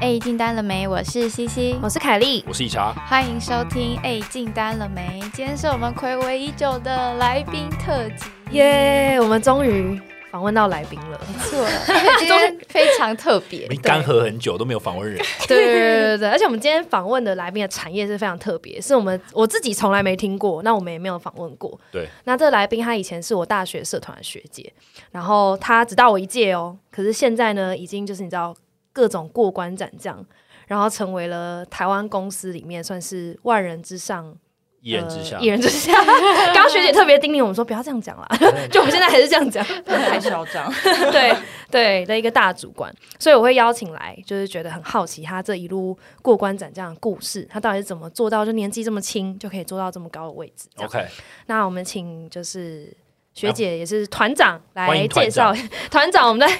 哎，进单了没？我是西西，我是凯莉，我是一茶。欢迎收听。哎，进单了没？今天是我们暌违已久的来宾特辑，耶、我们终于访问到来宾 了。没错，因为今天非常特别 我。们干涸很久都没有访问人，对对对对对，而且我们今天访问的来宾的产业是非常特别，是我们我自己从来没听过，那我们也没有访问过。对，那这个来宾他以前是我大学社团的学姐，然后他只大我一届哦，可是现在呢，已经就是你知道各种过关斩将，然后成为了台湾公司里面算是万人之上一人之下呃一。人之下。刚刚学姐特别叮咛我们说不要这样讲啦， 就我们现在还是这样讲，太嚣张。 对对的一个大主管，所以我会邀请来，就是觉得很好奇他这一路过关斩将的故事，他到底是怎么做到就年纪这么轻就可以做到这么高的位置这样 OK，那我们请就是。学姐也是团长欢来迎团介绍团长，我们在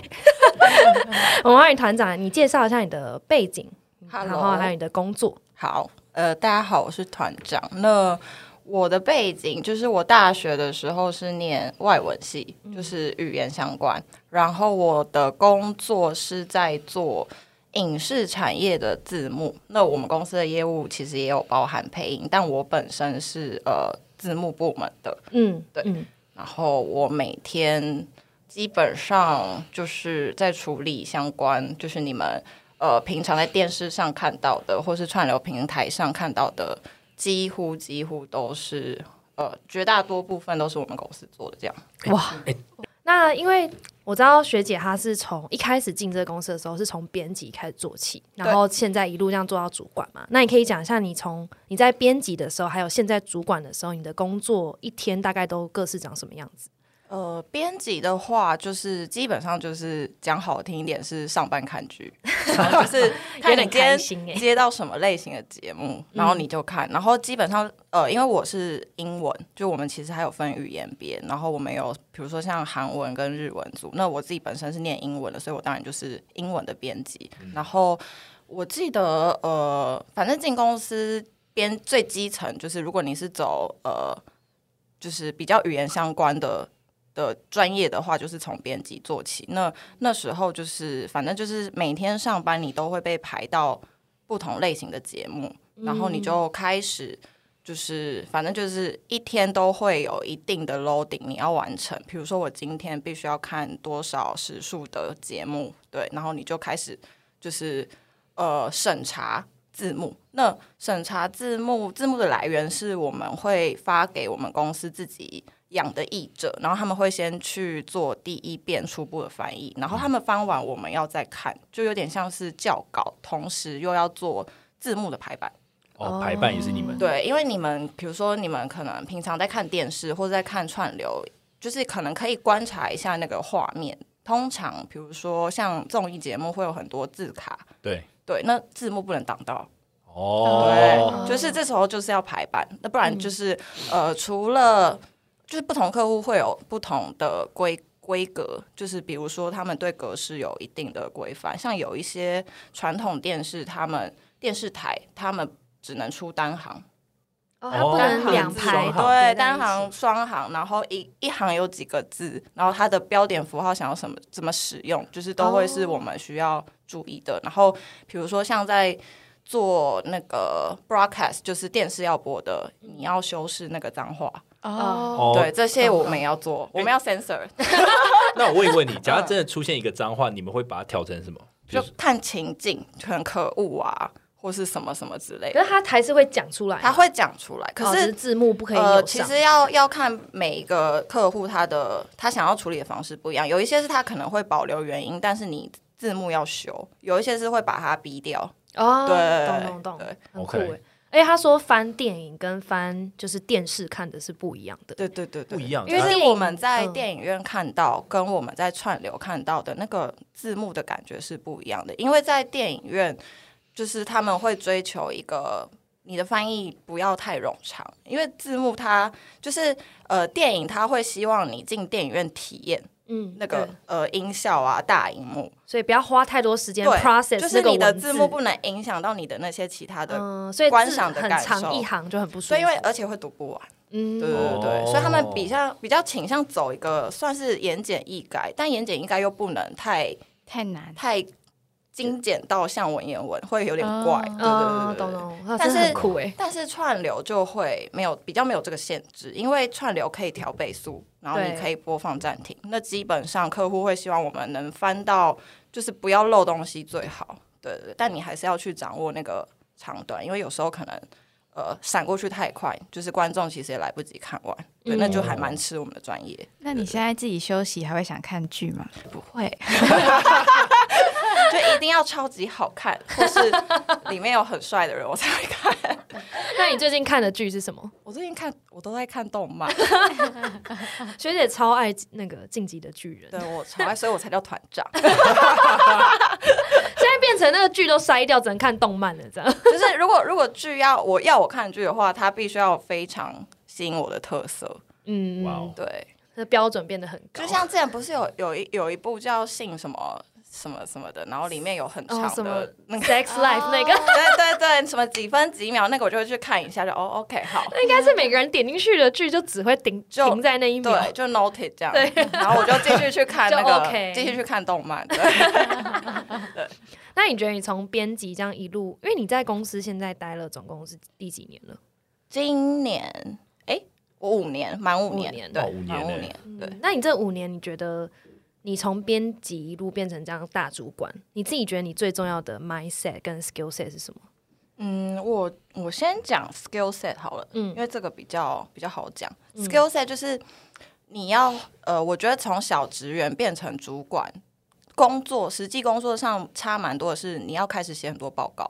我们欢迎团长，你介绍一下你的背景然后 Hello，还有你的工作。好，呃，大家好，我是团长。那我的背景就是我大学的时候是念外文系，就是语言相关。然后我的工作是在做影视产业的字幕。那我们公司的业务其实也有包含配音，但我本身是呃字幕部门的。嗯，对嗯，然后我每天基本上就是在处理相关，就是你们呃平常在电视上看到的，或是串流平台上看到的，几乎几乎都是呃绝大多部分都是我们公司做的这样。哇哎！那因为我知道学姐她是从一开始进这个公司的时候是从编辑开始做起，然后现在一路这样做到主管嘛。那你可以讲一下你从你在编辑的时候，还有现在主管的时候，你的工作一天大概都各是长什么样子？呃，编辑的话，就是基本上就是讲好听一点是上班 看剧，然后就是看你有点今天开心欸嗯接到什么类型的节目，然后你就看。然后基本上呃，因为我是英文，就我们其实还有分语言别，然后我们有比如说像韩文跟日文组。那我自己本身是念英文的，所以我当然就是英文的编辑。然后我记得呃，反正进公司编最基层就是，如果你是走呃，就是比较语言相关的的专业的话，就是从编辑做起。那那时候就是，反正就是每天上班你都会被排到不同类型的节目，然后你就开始。就是，反正就是一天都会有一定的 loading 你要完成。比如说，我今天必须要看多少时数的节目，对，然后你就开始就是呃审查字幕。那审查字幕，字幕的来源是我们会发给我们公司自己养的译者，然后他们会先去做第一遍初步的翻译，然后他们翻完我们要再看，就有点像是校稿，同时又要做字幕的排版。哦，排版也是你们。对，因为你们比如说你们可能平常在看电视或者在看串流，就是可能可以观察一下那个画面。通常比如说像综艺节目会有很多字卡，对，对，那字幕不能挡到。哦，对，就是这时候就是要排版，那不然就是、呃，除了就是不同客户会有不同的规规格，就是比如说他们对格式有一定的规范，像有一些传统电视，他们电视台他们只能出单行，哦它不能两两排排对，单行、双行，然后一一行有几个字，然后它的标点符号想要什么怎么使用，就是都会是我们需要注意的。然后比如说像在做那个 broadcast，就是电视要播的，你要修饰那个脏话，哦，哦对，这些我们也要做，我们要 censor，那我问一问你，假如真的出现一个脏话，你们会把它调成什么？就就是看情境，很可恶啊，或是什么什么之类可的，是他还是会讲出来，啊他会讲出来，哦可只是是字幕不可以呃，有其上。实要要看每一个客户他的他想要处理的方式不一样，有一些是他可能会保留原因，但是你字幕要修；有一些是会把它逼掉。哦，对懂懂懂对，很酷 OK 诶。而且他说翻电影跟翻就是电视看的是不一样的。对对对不一。样，因为是电影我们在嗯电影院看到，跟我们在串流看到的那个字幕的感觉是不一样的。因为在电影院，就是他们会追求一个你的翻译不要太冗长，因为字幕它就是呃电影，它会希望你进电影院体验，嗯，那个对呃音效啊，大荧幕，所以不要花太多时间对 process 就是那个你的文字幕不能影响到你的那些其他的，嗯，所以观字赏的很感长受一行就很不舒服。所以因为而且会读不完，嗯，对对对对，哦所以他们比较比较倾向走一个算是言简意赅，但言简意赅又不能太太难，太精简到像文言文，会有点哦怪。对对对啊，呃对懂对。懂，哇但真的很是酷哎，但是串流就会没有比较没有这个限制，因为串流可以调倍速，然后你对可以播放暂停。那基本上客户会希望我们能翻到，就是不要漏东西最好。对对对，但你还是要去掌握那个长短，因为有时候可能呃闪过去太快，就是观众其实也来不及看完，对，那就还蛮吃我们的专业。那你现在自己休息还会想看剧吗？不会，就一定要超级好看，或是里面有很帅的人我才会看。那你最近看的剧是什么？ 我最近看，我都在看动 漫，学姐超爱那个《晋级的巨人》，对我超爱，所以我才叫团长。现在变成那个剧都筛掉，只能看动漫了这样。 就是如果如果剧要我要我看剧的话，它必须要非常吸引我的特色。嗯，哇哦，对，那标准变得很高，就像之前不是有有一有一部叫《姓什么什么什么的》，然后里面有很哦长什么的哦那个。 Sex Life 那个，对对对，什么几分几秒那个我就会去看一下，就哦，OK，好，那应该是每个人点进去的剧就只会停就停在那一秒对，。就 noted 这样，对 然后我就继续去看那 就个， OK 继续去看动漫，对， 那你觉得你从编辑这样一路，因为你在公司现在待了总共是第几年了？今年，哎，我五年，满五五年年，哇对五，年满五欸年，对，那你这五年，你觉得你从编辑一路变成这样大主管，你自己觉得你最重要的 mindset 跟 skill set 是什么？嗯，我我先讲 skill set 好了，嗯因为这个比较比较好讲，skill set 就是你要，呃，我觉得从小职员变成主管。工作实际工作上差蛮多的是，你要开始写很多报告，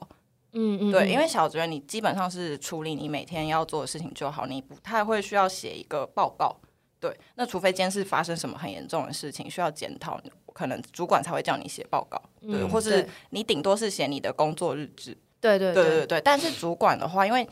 嗯嗯对，因为小职员你基本上是处理你每天要做的事情就好，你不太会需要写一个报告。对，那除非今天是发生什么很严重的事情需要检讨，可能主管才会叫你写报告，对，嗯或是对你顶多是写你的工作日志。对对对对对，但是主管的话，因为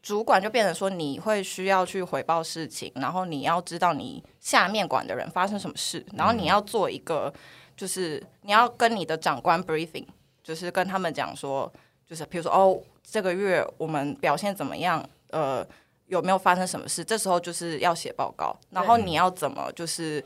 主管就变成说你会需要去回报事情，然后你要知道你下面管的人发生什么事，然后你要做一个，就是你要跟你的长官 briefing，就是跟他们讲说，就是比如说哦，这个月我们表现怎么样，呃，有没有发生什么事？这时候就是要写报告，然后你要怎么就是。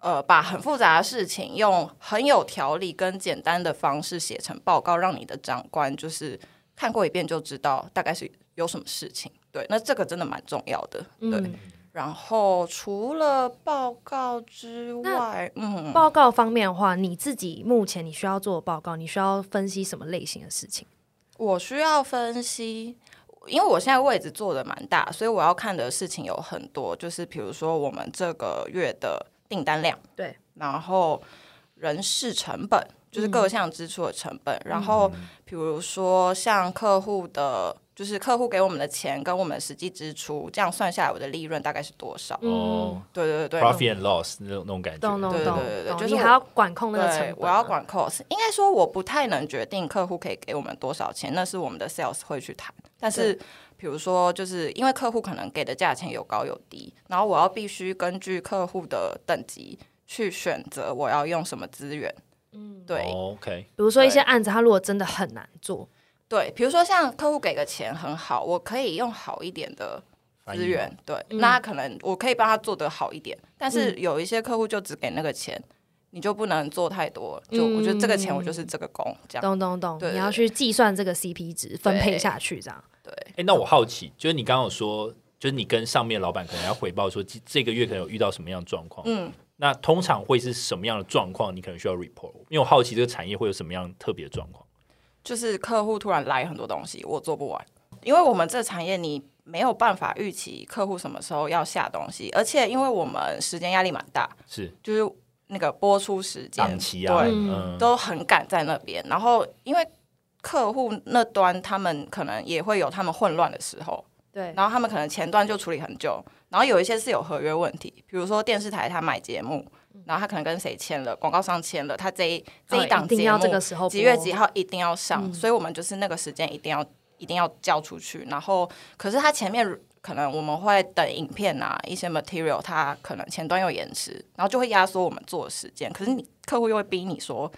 呃，把很复杂的事情用很有条理跟简单的方式写成报告，让你的长官就是看过一遍就知道大概是有什么事情。对，那这个真的蛮重要的。对，嗯，然后除了报告之外，嗯，报告方面的话，你自己目前你需要做的报告，你需要分析什么类型的事情？我需要分析，因为我现在位置做的蛮大，所以我要看的事情有很多，就是比如说我们这个月的订单量，对，然后人事成本，就是各项支出的成本，然后比如说像客户的。就是客户给我们的钱跟我们的实际支出，这样算下来，我的利润大概是多少？哦对对对对， ，profit and loss 那种那种感觉，懂懂对懂对对懂，就是你我还要管控那个成对本，，啊我要。管 cost。应该说，我不太能决定客户可以给我们多少钱，那是我们的 sales 会去谈。但是，比如说，就是因为客户可能给的价钱有高有低，然后我要必须根据客户的等级去选择我要用什么资源。嗯，对。哦，OK，比如说一些对案子，它如果真的很难做，对，比如说像客户给个钱很好，我可以用好一点的翻译资源，对，那他可能我可以帮他做得好一点，但是有一些客户就只给那个钱，你就不能做太多，就我觉得这个钱我就是这个工这样，懂懂懂，对对你要去计算这个 CP 值分配下去，这样。对，哎、那我好奇，就是你刚刚有说，就是你跟上面老板可能要回报说，这这个月可能有遇到什么样的状况？嗯，那通常会是什么样的状况？你可能需要 report，因为我好奇这个产业会有什么样特别的状况。就是客户突然来很多东西，我做不完，因为我们这产业你没有办法预期客户什么时候要下东西，而且因为我们时间压力蛮大，是就是那个播出时间档期啊，对，嗯，都很赶在那边。然后因为客户那端他们可能也会有他们混乱的时候，对，然后他们可能前端就处理很久，然后有一些是有合约问题，比如说电视台他买节目，然后他可能跟谁签了，广告商签了，他这一这一哦档啊一定节要目这个时候几月播嗯几号一定要上，所以我们就是那个时间一定要一定要交出去。然后可是他前面。可能我们会等影片啊，一些 material，它可能前端有延迟，然后就会压缩我们做的时间。可是你客户又会逼你说，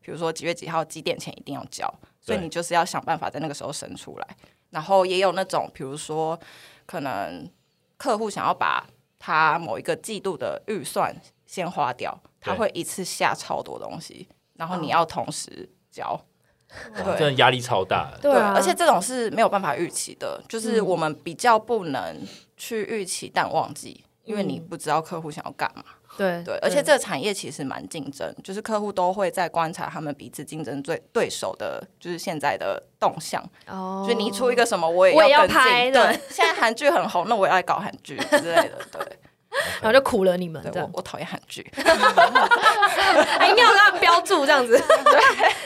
比如说几月几号几点前一定要交，所以对你就是要想办法在那个时候生出来。然后也有那种，比如说可能客户想要把他某一个季度的预算先花掉，他对嗯会一次下超多东西，然后你要同时教。哇真对的压力超大。对啊，而且这种是没有办法预期的，就是嗯我们比较不能去预期淡旺季，因为你嗯不知道客户想要干嘛。对对，而且这个产业其实蛮竞争，就是客户都会在观察他们彼此竞争对对手的，就是现在的动向。哦所以你出一个什么，我也我也要跟进拍对的，现在韩剧很红，那我也来搞韩剧之类的。 对，然后就苦了你们这对我样，我讨厌韩剧。还硬要让他标注这样 子，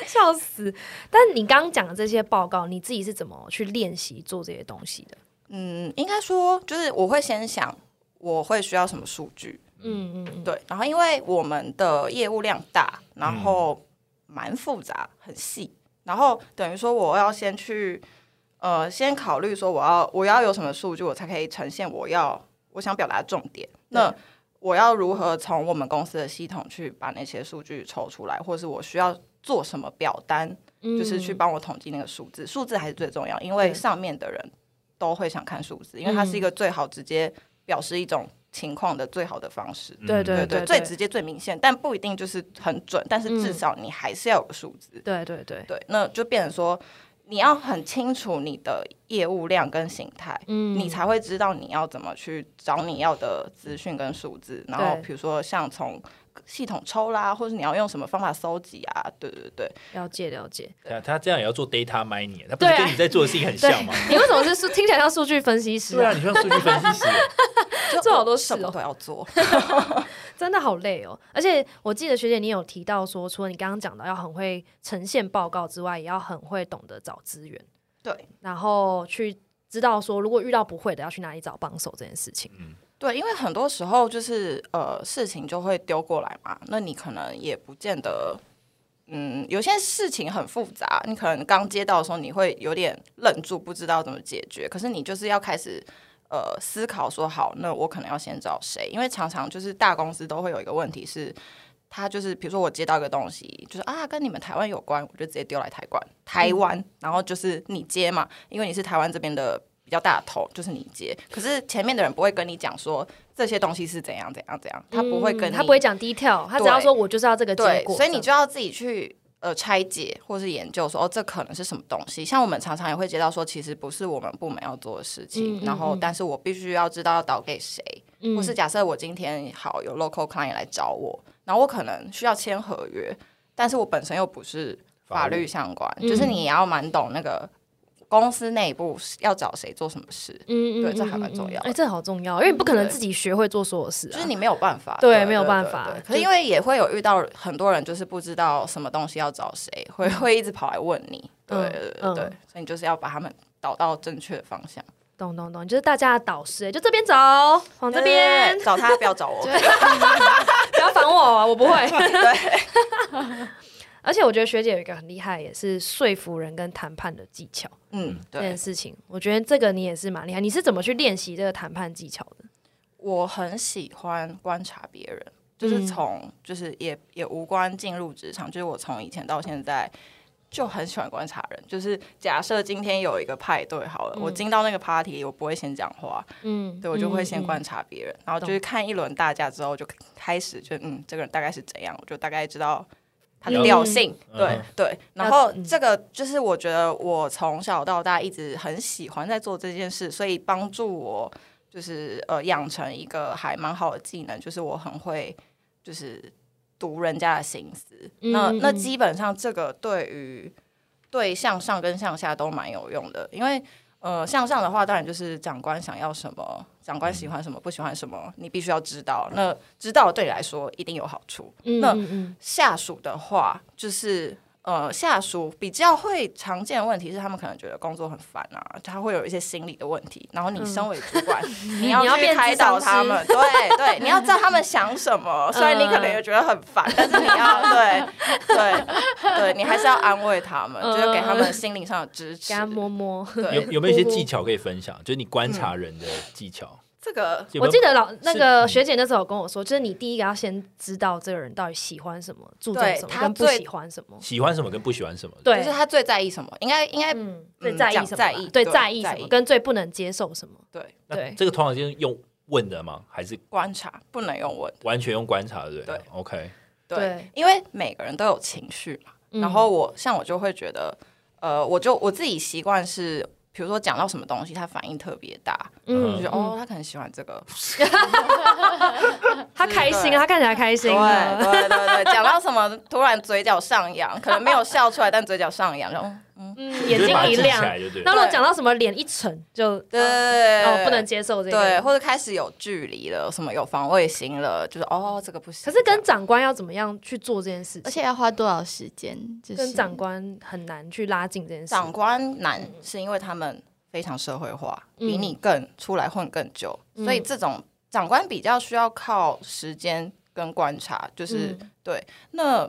笑死！但你刚刚讲的这些报告，你自己是怎么去练习做这些东西的？嗯，应该说就是我会先想我会需要什么数据，嗯嗯嗯，对，然后因为我们的业务量大，然后蛮复杂，很细，然后等于说我要先去呃，先考虑说我要我要有什么数据，我才可以呈现我要我想表达的重点。那我要如何从我们公司的系统去把那些数据抽出来，或是我需要做什么表单，嗯就是去帮我统计那个数字。数字还是最重要，因为对嗯上面的人都会想看数字，因为它是一个最好直接表示一种情况的最好的方式。嗯对对对对，最直接、最明显，但不一定就是很准，但是至嗯少你还是要有个数字。对对对，对，那就变成说，你要很清楚你的业务量跟形态，嗯你才会知道你要怎么去找你要的资讯跟数字。然后对比如说像从系统抽啦，或者你要用什么方法搜集啊？对对对，了解了解。他他这样也要做 data mining，他不是对啊跟你在做的事情很像 吗？你为什么是数？听起来像数据分析师对啊、啊，你像数据分 析师，欸就做好我多什事么哦都要做。 真的好累哦。而且我记得学姐你有提到说，除了你刚刚讲到要很会呈现报告之外，也要很会懂得找资源，对然后去知道说如果遇到不会的要去哪里找帮手这件事情。嗯对，因为很多时候就是呃，事情就会丢过来嘛，那你可能也不见得。嗯，有些事情很复杂，你可能刚接到的时候，你会有点愣住，不知道怎么解决。可是你就是要开始呃思考说，好，那我可能要先找谁？因为常常就是大公司都会有一个问题是，他就是比如说我接到一个东西，就是啊跟你们台湾有关，我就直接丢来台湾，台嗯湾，然后就是你接嘛，因为你是台湾这边的比较大的头，就是你接。可是前面的人不会跟你讲说这些东西是怎样怎样怎样，他不会跟嗯你，他不会讲 detail，他只要说我就是要这个结对，果，所以你这样就要自己去呃拆解或是研究说哦，这可能是什么东西。像我们常常也会接到说，其实不是我们部门要做的事嗯情，嗯然后嗯但是我必须要知道要导给谁，嗯或是假设我今天好有 local client 来找我，然后我可能需要签合约，但是我本身又不是法律相关，嗯就是你也要蛮懂那个公司内部要找谁做什么事。嗯对这还蛮重要的哎、这好重要，因为你不可能自己学会做所有事、啊，就是你没有办法，对没有办法对可是因为也会有遇到很多人，就是不知道什么东西要找谁，会会一直跑来问你。对嗯对对嗯对，所以你就是要把他们导到正确的方向。懂懂懂，你就是大家的导师、哎就这边找，往这边 对，找他，不要找我。不要烦我、啊，我不会。 而且我觉得学姐有一个很厉害，也是说服人跟谈判的技巧嗯，这对件，事情，我觉得这个你也是蛮厉害。你是怎么去练习这个谈判技巧的？我很喜欢观察别人，就是从嗯就是也也无关进入职场，就是我从以前到现在。就很喜欢观察人，就是假设今天有一个派对好了，我进到那个 party，我不会先讲话，嗯，对，我就会先嗯观察别人，然后就是看一轮大家之后，就开始就嗯，这个人大概是怎样，我就大概知道他的嗯调性，对嗯对。然后嗯这个就是我觉得我从小到大一直很喜欢在做这件事，所以帮助我就是呃养成一个还蛮好的技能，就是我很会就是读人家的心思。嗯那嗯那嗯基本上这个对于对向上跟向下都蛮有用的，因为呃，向上的话，当然就是长官想要什么，长官喜欢什么，不喜欢什么，你必须要知道。那知道对你来说一定有好处。嗯那嗯嗯下属的话，就是呃，下属比较会常见的问题是，他们可能觉得工作很烦啊，他会有一些心理的问题。然后你身为 主管，你要你要去变开智商导他师们，对对，你要知道他们想什 么。虽然你可能也觉得很烦，嗯但是你要对对对，你还是要安慰他们，就是给他们心灵上的支嗯给。持他摸摸。对有有没有一些技巧可以分享？就是你观察人的技巧。这个有嗯我没有记得老那是个嗯学姐那时候有跟我说，就是你第一个要先知道这个人到底喜欢什么，注重对什么，他跟不最喜欢什么。喜欢什么跟不喜欢什么。对，就是他最在意什么？应该应该、嗯，最嗯在意讲什么吧？在意对，对在意在什么？意跟最不能接受什么？对那对这个通常就是用问的吗？还是观察不能用问，完全用观察的？对不对啊对，OK，对，对嗯因为每个人都有情绪嘛，然后我像我就会觉得，呃，我就我自己习惯是，比如说讲到什么东西，他反应特别大，嗯就觉得哦，他可能喜欢这个，他开心啊，他看起来开心对啊。对对对，讲到什么突然嘴角上扬，可能没有笑出来，但嘴角上扬，然后嗯，你眼就睛把它一记亮起。来就对那了。如果讲到什么脸一沉，就对对哦不能接受这个。对，或者开始有距离了，什么有防卫心了，就是哦这个不行。可是跟长官要怎么样去做这件事情？而且要花多少时间？就是跟长官很难去拉近这件事。长官难是因为他们非常社会化，嗯比你更出来混更久，嗯所以这种长官比较需要靠时间跟观察，就是、对那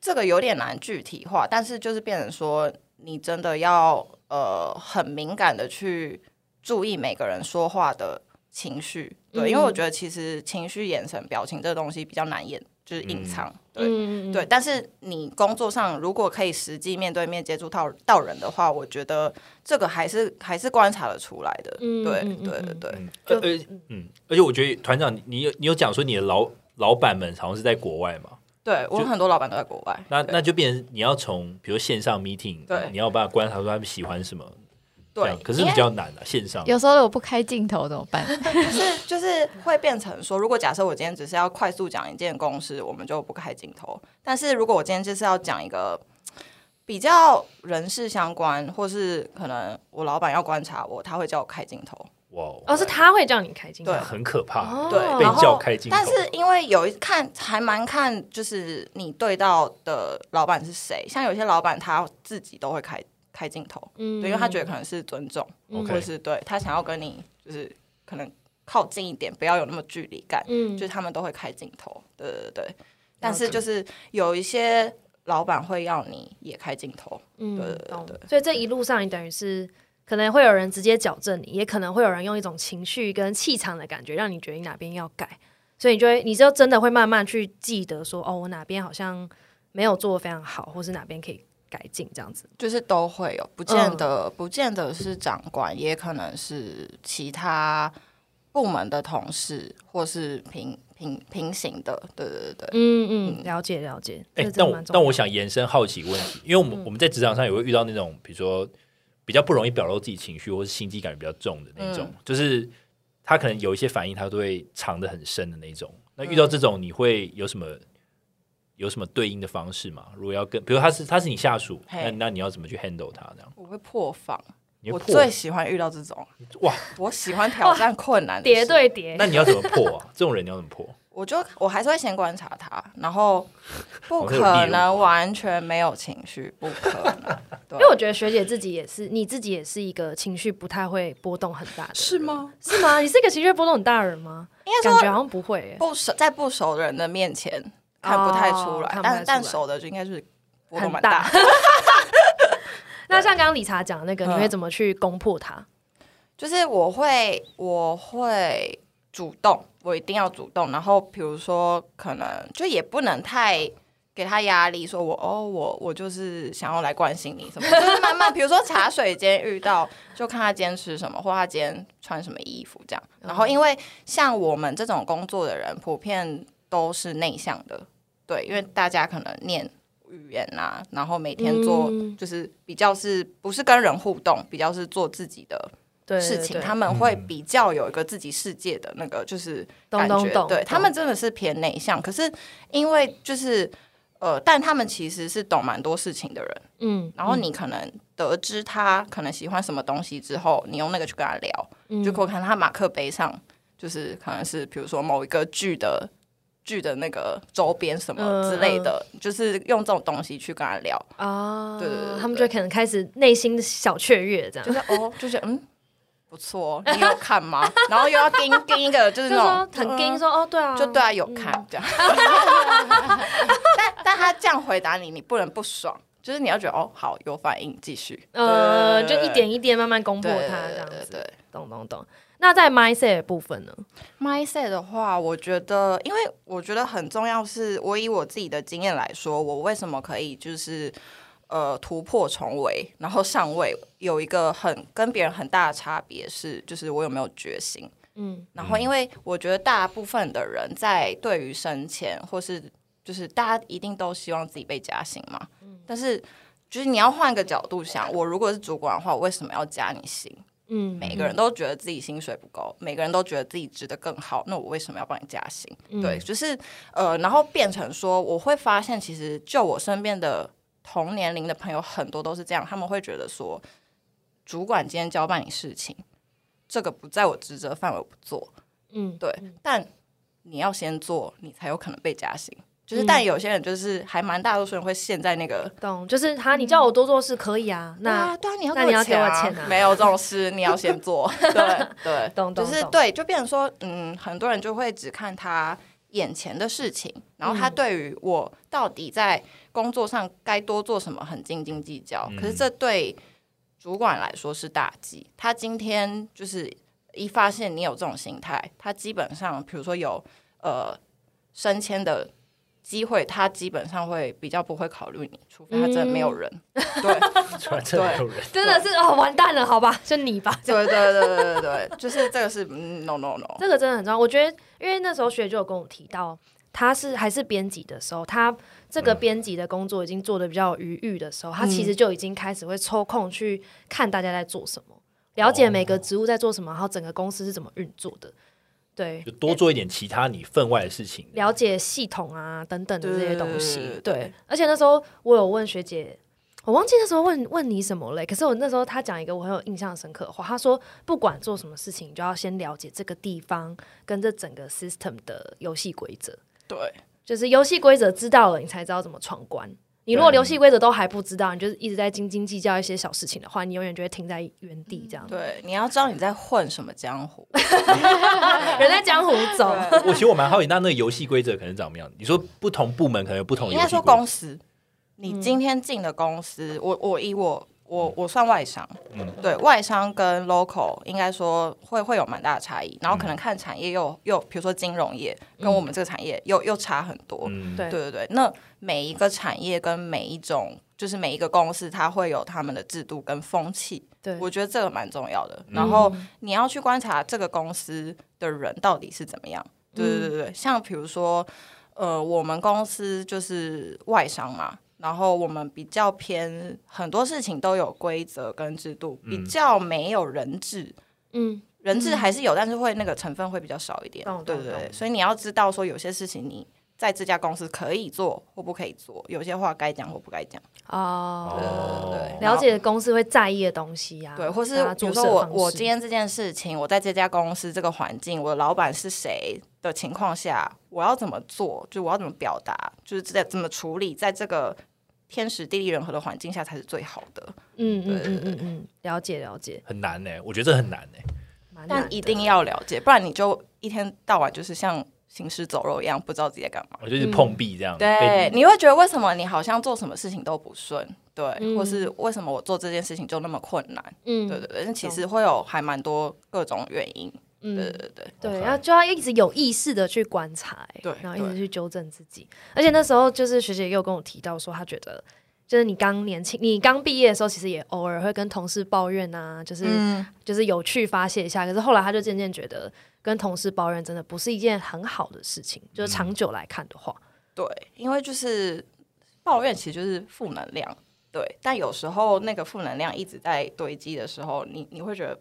这个有点难具体化，但是就是变成说你真的要呃很敏感的去注意每个人说话的情绪，嗯对，因为我觉得其实情绪、眼神、表情这东西比较难掩，就是隐藏，对。嗯，嗯，对，但是你工作上如果可以实际面对面接触到到人的话，我觉得这个还是还是观察得出来的。嗯对嗯嗯对嗯对对，嗯，而而嗯，而且我觉得团长，你你有你有讲说你的老老板们好像是在国外嘛？对嗯我就很多老板都在国外。那对那就变成你要从比如线上 meeting，对你要办法观察说他们喜欢什么，这样对，可是比较难啊，线上有时候我不开镜头怎么 办？就是就是会变成说，如果假设我今天只是要快速讲一件公事，我们就不开镜头；但是如果我今天就是要讲一个比较人事相关，或是可能我老板要观察我，他会叫我开镜头。哇哦，哦，是他会叫你开镜头。对啊很可怕，对，哦被然后叫开镜头但是因为有一看还蛮看，就是你对到的老板是谁，像有些老板他自己都会开开镜头，嗯对，因为他觉得可能是尊重，嗯或者是对他想要跟你就是可能靠近一点，不要有那么距离感，嗯就是他们都会开镜头，对对对。但是就是有一些老板会要你也开镜头，对嗯对，对懂对。所以这一路上，你等于是可能会有人直接矫正你，也可能会有人用一种情绪跟气场的感觉，让你觉得你哪边要改。所以你就会，你就真的会慢慢去记得说，哦，我哪边好像没有做的非常好，或是哪边可以改进这样子。就是都会有，不嗯见得、不见得是长官，也可能是其他部门的同事，或是平平平行的，对对对对，嗯嗯，了解了解。哎、这真的但我蛮重但要我想延伸好奇问题，因为我嗯们、我们在职场上也会遇到那种，比如说比较不容易表露自己情绪，或是心机感比较重的那种，嗯就是他可能有一些反应，他都会藏得很深的那种。那嗯遇到这种，你会有什么、有什么对应的方式吗？如果要跟，比如他是他是你下属，嘿那那你要怎么去 handle 他？这样，我会破防，你我会最破喜欢遇到这种，哇？我喜欢挑战困难的叠事，对叠 那，你要怎么破啊？这种人你要怎么破？我就我还是会先观察他，然后不好哦像有可例能如完全没有情绪，不可能，对因为我觉得学姐自己也是，你自己也是一个情绪不太会波动很大的，是吗？是吗？你是一个情绪波动很大的人吗？ 应该感说觉好像不会、耶。哦不熟在不熟的人的面前看不太出来，看不太但但出来熟的就应该是波动很蛮大的。那像刚刚理查讲的那个，嗯你会怎么去攻破它？就是我会，我会主动，我一定要主动。然后比如说，可能就也不能太给他压力，说我哦，我我就是想要来关心你什么，就是慢慢，比如说茶水间遇到，就看他今天吃什么，或他今天穿什么衣服这样。然后因为像我们这种工作的人，普遍都是内向的，对，因为大家可能念。语言啊，然后每天做嗯就是比较是不是跟人互动，比较是做自己的对事对情，对他们会比较有一个自己世界的那个就是懂感懂觉，懂对懂他们真的是偏内向，可是因为就是呃，但他们其实是懂蛮多事情的人，嗯，然后你可能得知他可能喜欢什么东西之后，你用那个去跟他聊，嗯就可我看他马克杯上就是可能是比如说某一个剧的。剧的那个周边什么之嗯类的，就是用这种东西去跟他聊，啊，对对对对他们就可能开始内心的小雀跃这样就。是哦，就是嗯，不错，哦你有 看吗？然后又要盯盯一个，就是就那说种很盯硬，说哦，对啊，就对啊，有看、这样。 但但他这样回答你，你不能不爽，就是你要觉得哦，好有反应，继续。呃，对就一点一点慢慢攻破对对它这对样对子，对。懂懂懂。那在 mindset 的部分呢？ mindset 的话，我觉得，因为我觉得很重要是，我以我自己的经验来说，我为什么可以就是呃突破重围，然后上位，有一个很跟别人很大的差别是，就是我有没有决心。嗯然后，因为我觉得大部分的人在对于升迁或是就是大家一定都希望自己被加薪嘛，但是就是你要换个角度想，我如果是主管的话，我为什么要加你薪？嗯每个人都觉得自己薪水不够，每个人都觉得自己值得更好，那我为什么要帮你加薪？嗯对，就是呃，然后变成说，我会发现，其实就我身边的同年龄的朋友，很多都是这样，他们会觉得说，主管今天交办你事情，这个不在我职责范围，我不做。嗯，对，但你要先做，你才有可能被加薪。嗯就是，但有些人就是还蛮大多数人会陷在那个懂，就是他，你叫我多做事可以嗯啊，啊，那对啊，你要那给你要给钱我啊，钱啊没有这种事，你要先 做。对对，懂懂就是懂对，就变成说，嗯，很多人就会只看他眼前的事情，然后他对于我到底在工作上该多做什么很斤斤计较，可是这对主管来说是大忌。他今天就是一发现你有这种心态，他基本上比如说有呃升迁的机会，他基本上会比较不会考虑你，除非他真的没有人。对。突然真的有人，真的是哦，完蛋了，好吧，就你吧，对对对对对对，就是这个是嗯 no no no，这个真的很重要。我觉得，因为那时候学姐就有跟我提到，她是还是编辑的时候，她这个编辑的工作已经做的比较有余裕的时候，她其实就已经开始会抽空去看大家在做什么，了解每个职务在做什么，然后整个公司是怎么运作的，对， 就多做一点其他你分外的事情。了解系统啊等等的这些东西。对对对对对，而且那时候我有问学姐，我忘记那时候问问你什么嘞。可是我那时候她讲一个我很有印象深刻的话，她说不管做什么事情，你就要先了解这个地方跟这整个 system 的游戏规则。对就是游戏规则知道了，你才知道怎么闯关。你如果对游戏规则都还不知道，你就是一直在斤斤计较一些小事情的话，你永远就会停在原地这样。对，你要知道你在混什么江湖， 人在江湖走，我其实我蛮好奇，那那个游戏规则可能长什么样？你说不同部门可哦能有不同游应戏规则，该说公司，你今天进的公司，我我以我我我算外商，嗯对外商跟 local 应该说会会有蛮大的差异，嗯然后可能看产业又又比如说金融业跟我们这个产业又又差很多，嗯，对对对对，那每一个产业跟每一种就是每一个公司，它会有他们的制度跟风气，对嗯我觉得这个蛮重要的。然后你要去观察这个公司的人到底是怎么样。对对嗯对对，像比如说，呃，我们公司就是外商嘛，然后我们比较偏很多事情都有规则跟制度，比较没有人治。嗯，人质还是有，但是会那个成分会比较少一点懂。对懂对对，懂所以你要知道说有些事情你在这家公司可以做或不可以做，有些话该讲或不该讲。哦，哦对对对了解公司会在意的东西啊，对，或是大家比做如事说的我方我式今天这件事情，我在这家公司这个环境，我的老板是谁的情况下，我要怎么做？就我要怎么表达？就是在怎么处理，在这个天时地利人和的环境下才是最好的。嗯嗯嗯嗯嗯，了解了解，很难呢、我觉得这很难欸呢、蛮难但的一定要了解，不然你就一天到晚就是像行尸走肉一样，不知道自己在干嘛。我就是碰壁这样。对嗯被，你会觉得为什么你好像做什么事情都不顺，对，嗯或是为什么我做这件事情就那么困难，嗯对对对，但其实会有还蛮多各种原因，嗯对对对，对， OK 然后就要一直有意识的去观察、欸对然后一直对去纠正自己。而且那时候就是学姐又跟我提到说，她觉得就是你刚年轻，你刚毕业的时候，其实也偶尔会跟同事抱怨啊，就是、嗯，就是有趣发泄一下。可是后来她就渐渐觉得，跟同事抱怨真的不是一件很好的事情，就是长久来看的话，对，因为就是抱怨其实就是负能量，对，但有时候那个负能量一直在堆积的时候，你你会觉得。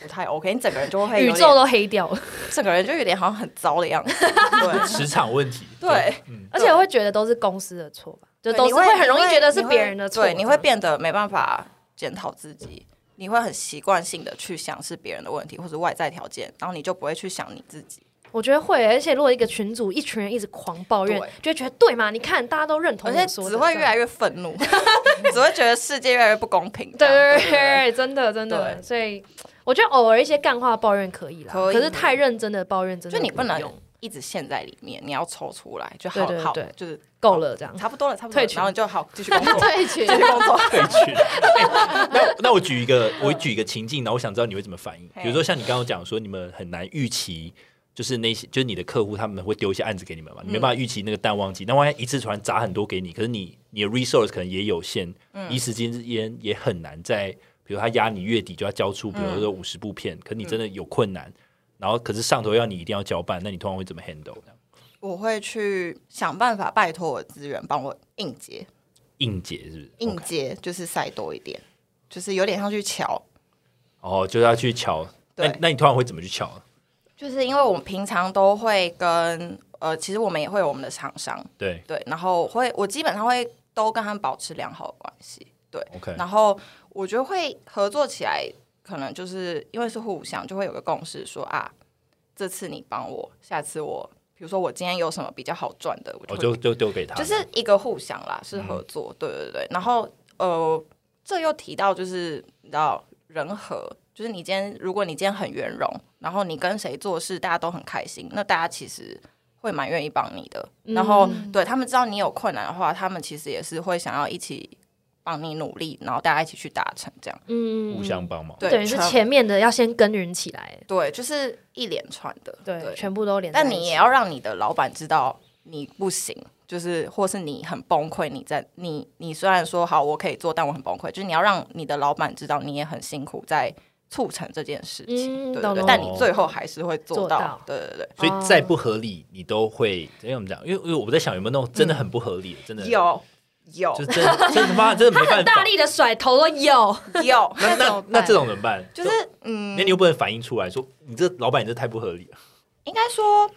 不太 OK，你整个人就会宇有宙点，都黑掉了，整个人就有点好像很糟的样子，对职场问题。嗯对， 而且我会觉得都是公司的错吧，就对都你是会很容易你觉得是你会别人的错，对，你会这样变得没办法检讨自己，你会很习惯性的去想是别人的问题或者外在条件，然后你就不会去想你自己。我觉得会，而且如果一个群组一群人一直狂抱怨对，就会觉得对嘛？你看大家都认同而我且说的，只会越来越越愤怒， 只会觉得世界越来越不公平。对这样对对对，真的真的。对所以我觉得偶尔一些干话抱怨可以啦，可以是太认真的抱怨真的就你不能用一直陷在里面，你要抽出来，就好对对好对，就是够了这样。差不多了，差不多退了，群然后你 就好继续工作，退群继续 工作。退群。哎那那我举一个，我举一个情境，然后我想知道你会怎么反应。嘿比如说像你刚刚讲说，你们很难预期，就是那些就是你的客户他们会丢一些案子给你们嘛，你没嗯办法预期那个淡旺季，但万一一次突然砸很多给你，可是你你的 resource 可能也有限，嗯一时间之间也很难在，比如他压你月底就要交出，比嗯如说五十部片，可你真的有困难，然后可是上头要你一定要交办，那你通常会怎么 handle？呢我会去想办法拜托我的资源帮我应接，硬解是不是？硬 OK 接就是塞多一点，就是有点像去瞧。哦，就是要去瞧。那对哎那你通常会怎么去瞧？就是因为我们平常都会跟呃，其实我们也会有我们的厂商，对对，然后会我基本上会都跟他们保持良好的关系，对， ，OK，然后我觉得会合作起来，可能就是因为是互相，就会有个共识说啊，这次你帮我，下次我，比如说我今天有什么比较好赚的，我我就哦就会就丢给他。就是一个互相啦，是合嗯作，对对对。然后呃，这又提到就是你知道人和，就是你今天如果你今天很圆融，然后你跟谁做事大家都很开心，那大家其实。会蛮愿意帮你的，嗯然后、对他们知道你有困难的话，他们其实也是会想要一起帮你努力，然后大家一起去达成这样。嗯互相帮忙。对等于是全前面的要先耕耘起来，对，就是一连串的。对，全部都连在一但起。你也要让你的老板知道你不行，就是或是你很崩溃，你在你你虽然说好我可以做，但我很崩溃，就是你要让你的老板知道你也很辛苦在促成这件事嗯情。对懂对对懂但懂你最后还是会做做到。到对对对，所以再不合理，你都会因为我们讲，因为因为我在想有没有那种真的很不合理的，真的嗯有有就是真的真的妈真的没办大法。力的甩头说有，有，那那怎么那办那这种怎么办？就是嗯那，你又不能反映出来说你这老板你这太不合理了。应该说，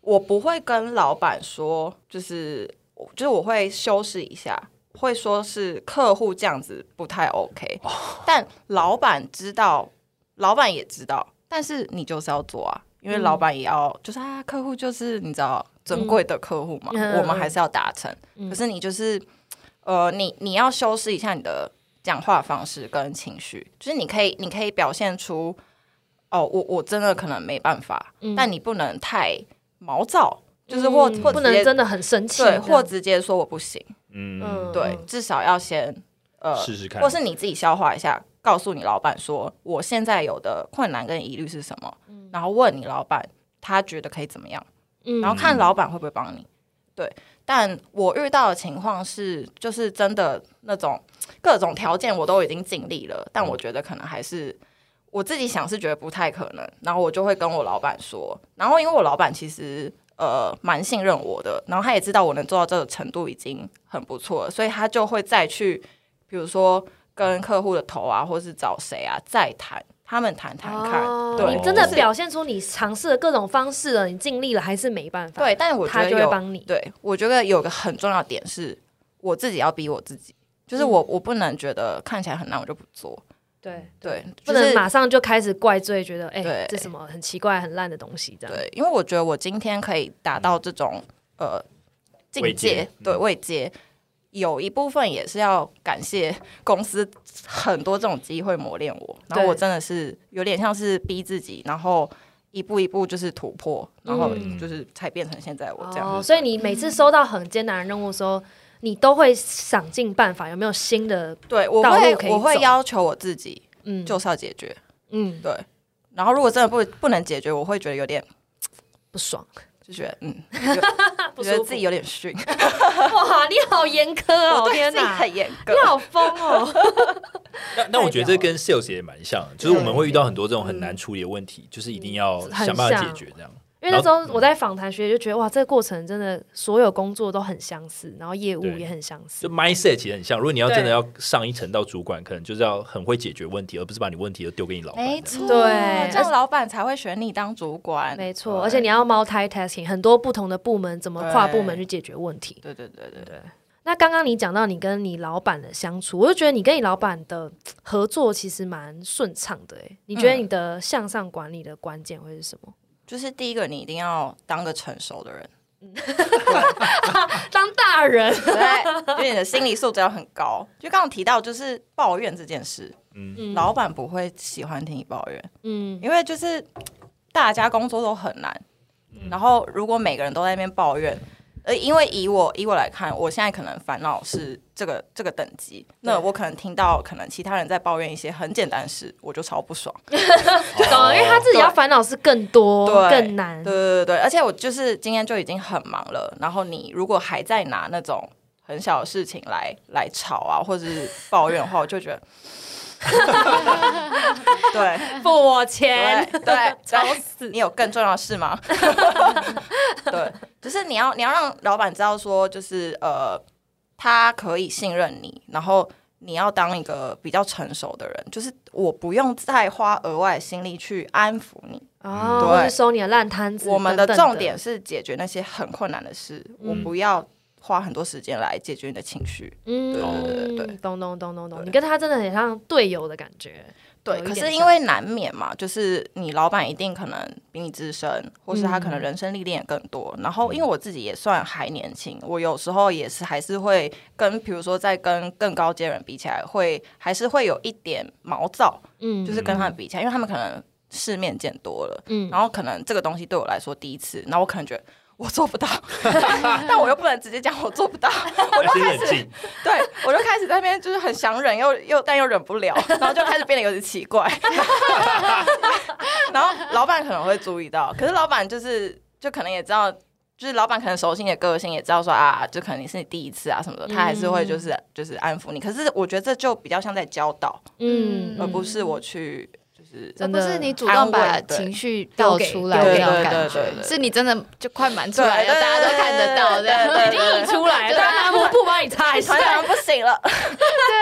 我不会跟老板说，就是就是我会修饰一下，会说是客户这样子不太 OK，、但老板知道，老板也知道，但是你就是要做啊，因为老板也要、就是啊，客户就是你知道尊贵的客户嘛，嗯我们还是要达成，可是你就是呃，你你要修饰一下你的讲话方式跟情绪，就是你可以你可以表现出。哦，我我真的可能没办法，但你不能太毛躁，就是或、嗯或不直接能真的很生气，对，者或直接说我不行，嗯，对，至少要先呃试试看或是你自己消化一下，告诉你老板说我现在有的困难跟疑虑是什么，然后问你老板他觉得可以怎么样，嗯然后看老板会不会帮你。对，但我遇到的情况是，就是真的那种各种条件我都已经尽力了，但我觉得可能还是我自己想是觉得不太可能，然后我就会跟我老板说，然后因为我老板其实呃蛮信任我的，然后他也知道我能做到这个程度已经很不错了，所以他就会再去，比如说跟客户的头啊，或是找谁啊再谈，他们谈谈看，对，哦你真的就是表现出你尝试了各种方式了，你尽力了还是没办法，对，，但我觉他得就会有帮你对，我觉得有个很重要的点是，我自己要逼我自己，就是我、嗯我不能觉得看起来很难我就不做，对，对，不就能是马上就开始怪罪，觉得哎、对这什么很奇怪、很烂的东西这样。对，因为我觉得我今天可以达嗯到这种、呃境慰界藉，对嗯慰藉。有一部分也是要感谢公司很多这种机会磨练我，然后对我真的是有点像是逼自己，然后一步一步就是突破，然后嗯就是才变成现在我这样。哦，所以你每次收到很艰难的任务的时候，你都会想尽办法，有没有新的？对，我道路会可以我会走要求我自己，嗯，就是要解决。嗯对，然后如果真的不不能解决，我会觉得有点不爽。就觉得嗯，啊不我舒觉得服自己有点逊，哇，你 好严苛我哦！对天 自己哪，很严格你。好疯 哦！那那我觉得这跟 sales 也蛮像的，就是我们会遇到很多这种很难嗯处理的问题，就是一定要很想办法解像决这样。因为那时候我在访谈学姐就觉得哇，这个过程真的所有工作都很相似，然后业务对也很相似就。mindset 其实很像，如果你要对真的要上一层到主管，可能就是要很会解决问题，而不是把你问题都丢给你老板哎这样。对这样老板才会选你当主管。没对错，而且你要 multitasking，很多不同的部门怎么跨对部门去解决问题。对对对对对，那刚刚你讲到你跟你老板的相处，我就觉得你跟你老板的合作其实蛮顺畅的诶。你觉得你的向上管理的关键会是什么？就是第一个，你一定要当个成熟 的人，当大人，对，因为你的心理素质要很高。就刚刚提到，就是抱怨这件事，嗯，老板不会喜欢听你抱怨，嗯，因为就是大家工作都很难，然后如果每个人都在那边抱怨，呃，因为以我以我来看，我现在可能烦恼是这个这个等级，那我可能听到可能其他人在抱怨一些很简单的事，我就超不爽。懂了，因为他自己要烦恼是更多、哦对更难对。对对对，而且我就是今天就已经很忙了，然后你如果还在拿那种很小的事情来来吵啊，或者是抱怨的话，我就觉得。对，付我钱，对对，吵死！你有更重要的事吗？对，就是你要你要让老板知道说，就是呃，他可以信任你，然后你要当一个比较成熟的人，就是我不用再花额外的心力去安抚你。哦，嗯对或是收你的烂摊子。我们的等等重点是解决那些很困难的事，我嗯不要花很多时间来解决你的情绪。对对对对对嗯，懂懂懂懂懂，你跟他真的很像队友的感觉。对，有一可点是因像为难免嘛，就是你老板一定可能比你资深，或是他可嗯能人生历练也更多。然后，因为我自己也算还年轻，我有时候也是还是会跟，比如说在跟更高阶人比起来，会还是会有一点毛躁，嗯，就是跟他们比起来，因为他们可能世面见多了，嗯然后可能这个东西对我来说第一次，然后我可能觉得。我做不到， 但我又不能直接讲我做不到， 我就先开冷始静，对，我就开始在那边就是很想忍，又又但又忍不了，然后就开始变得有点奇怪。然后老板可能会注意到，可是老板就是就可能也知道，就是老板可能熟悉你的个性，也知道说啊，就可能你是你第一次啊什么的，他还是会就是就是安抚你。可是我觉得这就比较像在教导，嗯嗯而不是我去就是而真不的是你主安动慰把对情绪丢倒给出来丢的给那种对感对对觉，对是你真的就快满出来对了，对大家都看得到这对对样。对 印嗯出来，对，拿抹布帮你擦一下团，长不行了，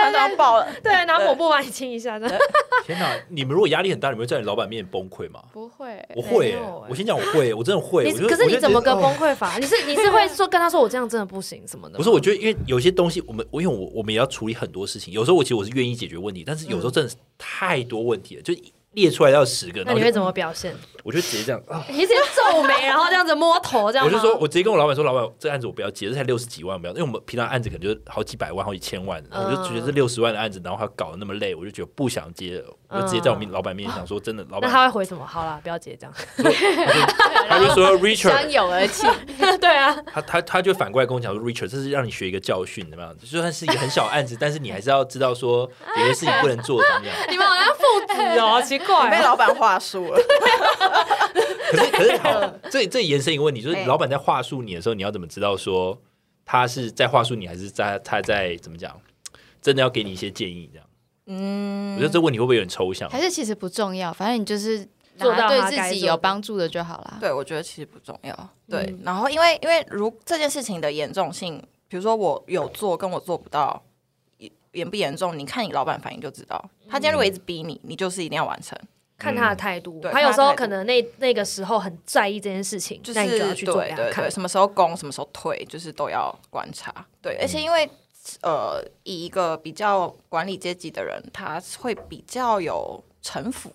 团长爆了。 对，拿抹布帮你清一下，这样天哪！你们如果压力很大，你们会在你老板面前崩溃吗？不会，我会耶没有耶，我先讲我会，我真的会。你哎我就可是我你就怎么个觉得崩溃法？你是 你是会说跟他说我这样真的不行什么的？不是，我，觉得因为有些东西，我们我因为我我们也要处理很多事情，有时候我其实我是愿意解决问题，但是有时候真的是太多问题了，就列出来要十个，嗯那然后你就会怎么表现？我就直接这样啊， 你直接皱眉，然后这样子摸头，这样我吗就说我直接跟我老板说，老板这案子我不要接，这才六十几万不要，因为我们平常案子可能就是好几百万、好几千万的，然后我就嗯觉得这六十万的案子，然后还搞得那么累，我就觉得不想接了，我就直接在我嗯面老板面前讲说，真的，老那板他会回什么？好啦，不要结账。他就说 Richard，相有而泣， 对啊，他他他就反过来跟我讲说，Richard，这是让你学一个教训，怎么样？就算是一个很小案子，但是你还是要知道说有些事情不能做怎么样。你们好 像父子哦，奇你被怪。老板话术了，可是可是好，这这延伸一个问题，就是哎老板在话术你的时候，你要怎么知道说他是在话术你，还是在他在怎么讲？真的要给你一些建议，这样。嗯，我觉得这问题会不会有点抽象？还是其实不重要，反正你就是做拿到对他该自己做有的帮助的就好啦。对，我觉得其实不重要。对，嗯然后因为因为如这件事情的严重性，比如说我有做跟我做不到也严不严重，你看你老板反应就知道。他今天如果一直嗯逼你，你就是一定要完成。 看他的态度，对他有时候看他可的态度能那那个时候很在意这件事情，就那你是就要去做给对他对看对，。什么时候攻，什么时候退，就是都要观察。对，嗯而且因为呃，以一个比较管理阶级的人，他会比较有城府。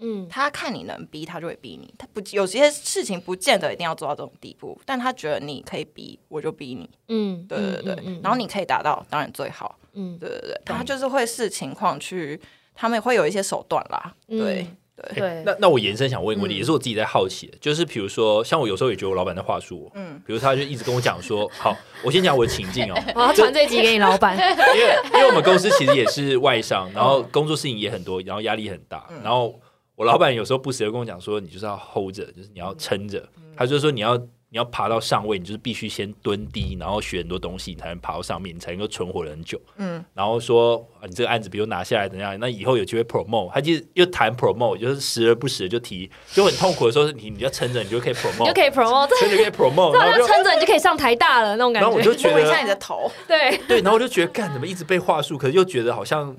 嗯，他看你能逼，他就会逼你。他不有些事情不见得一定要做到这种地步，但他觉得你可以逼，我就逼你。嗯，对对对，嗯嗯嗯然后你可以达到，当然最好。嗯对对对，他就是会视情况去，他们会有一些手段啦。嗯对，对，那那我延伸想问一个问题，也是我自己在好奇的，就是比如说，像我有时候也觉得我老板在话术我，嗯，比如他就一直跟我讲说，好，我先讲我的情境哦，我要传这集给你老板。 因为因为我们公司其实也是外商，然后工作事情也很多，然后压力很大，然后我老板有时候不时的跟我讲说，你就是要 hold 着，就是你要撑着，他就说你要你要爬到上位，你就是必须先蹲低，然后学很多东西，你才能爬到上面，你才能够存活得很久。嗯，然后说、啊你这个案子比如拿下来怎样，那以后有机会 promote，他其实又谈 promote，就是时而不时地就提，就很痛苦的时候，你你要撑着，你就可以 promote，你就可以 promote，所以你就可以 promote，这然好 像后就撑着你就可以上台大了那种感然后我觉。就觉 摸一得下你的头，对， 对，然后我就觉得干怎么一直被话术，可是又觉得好像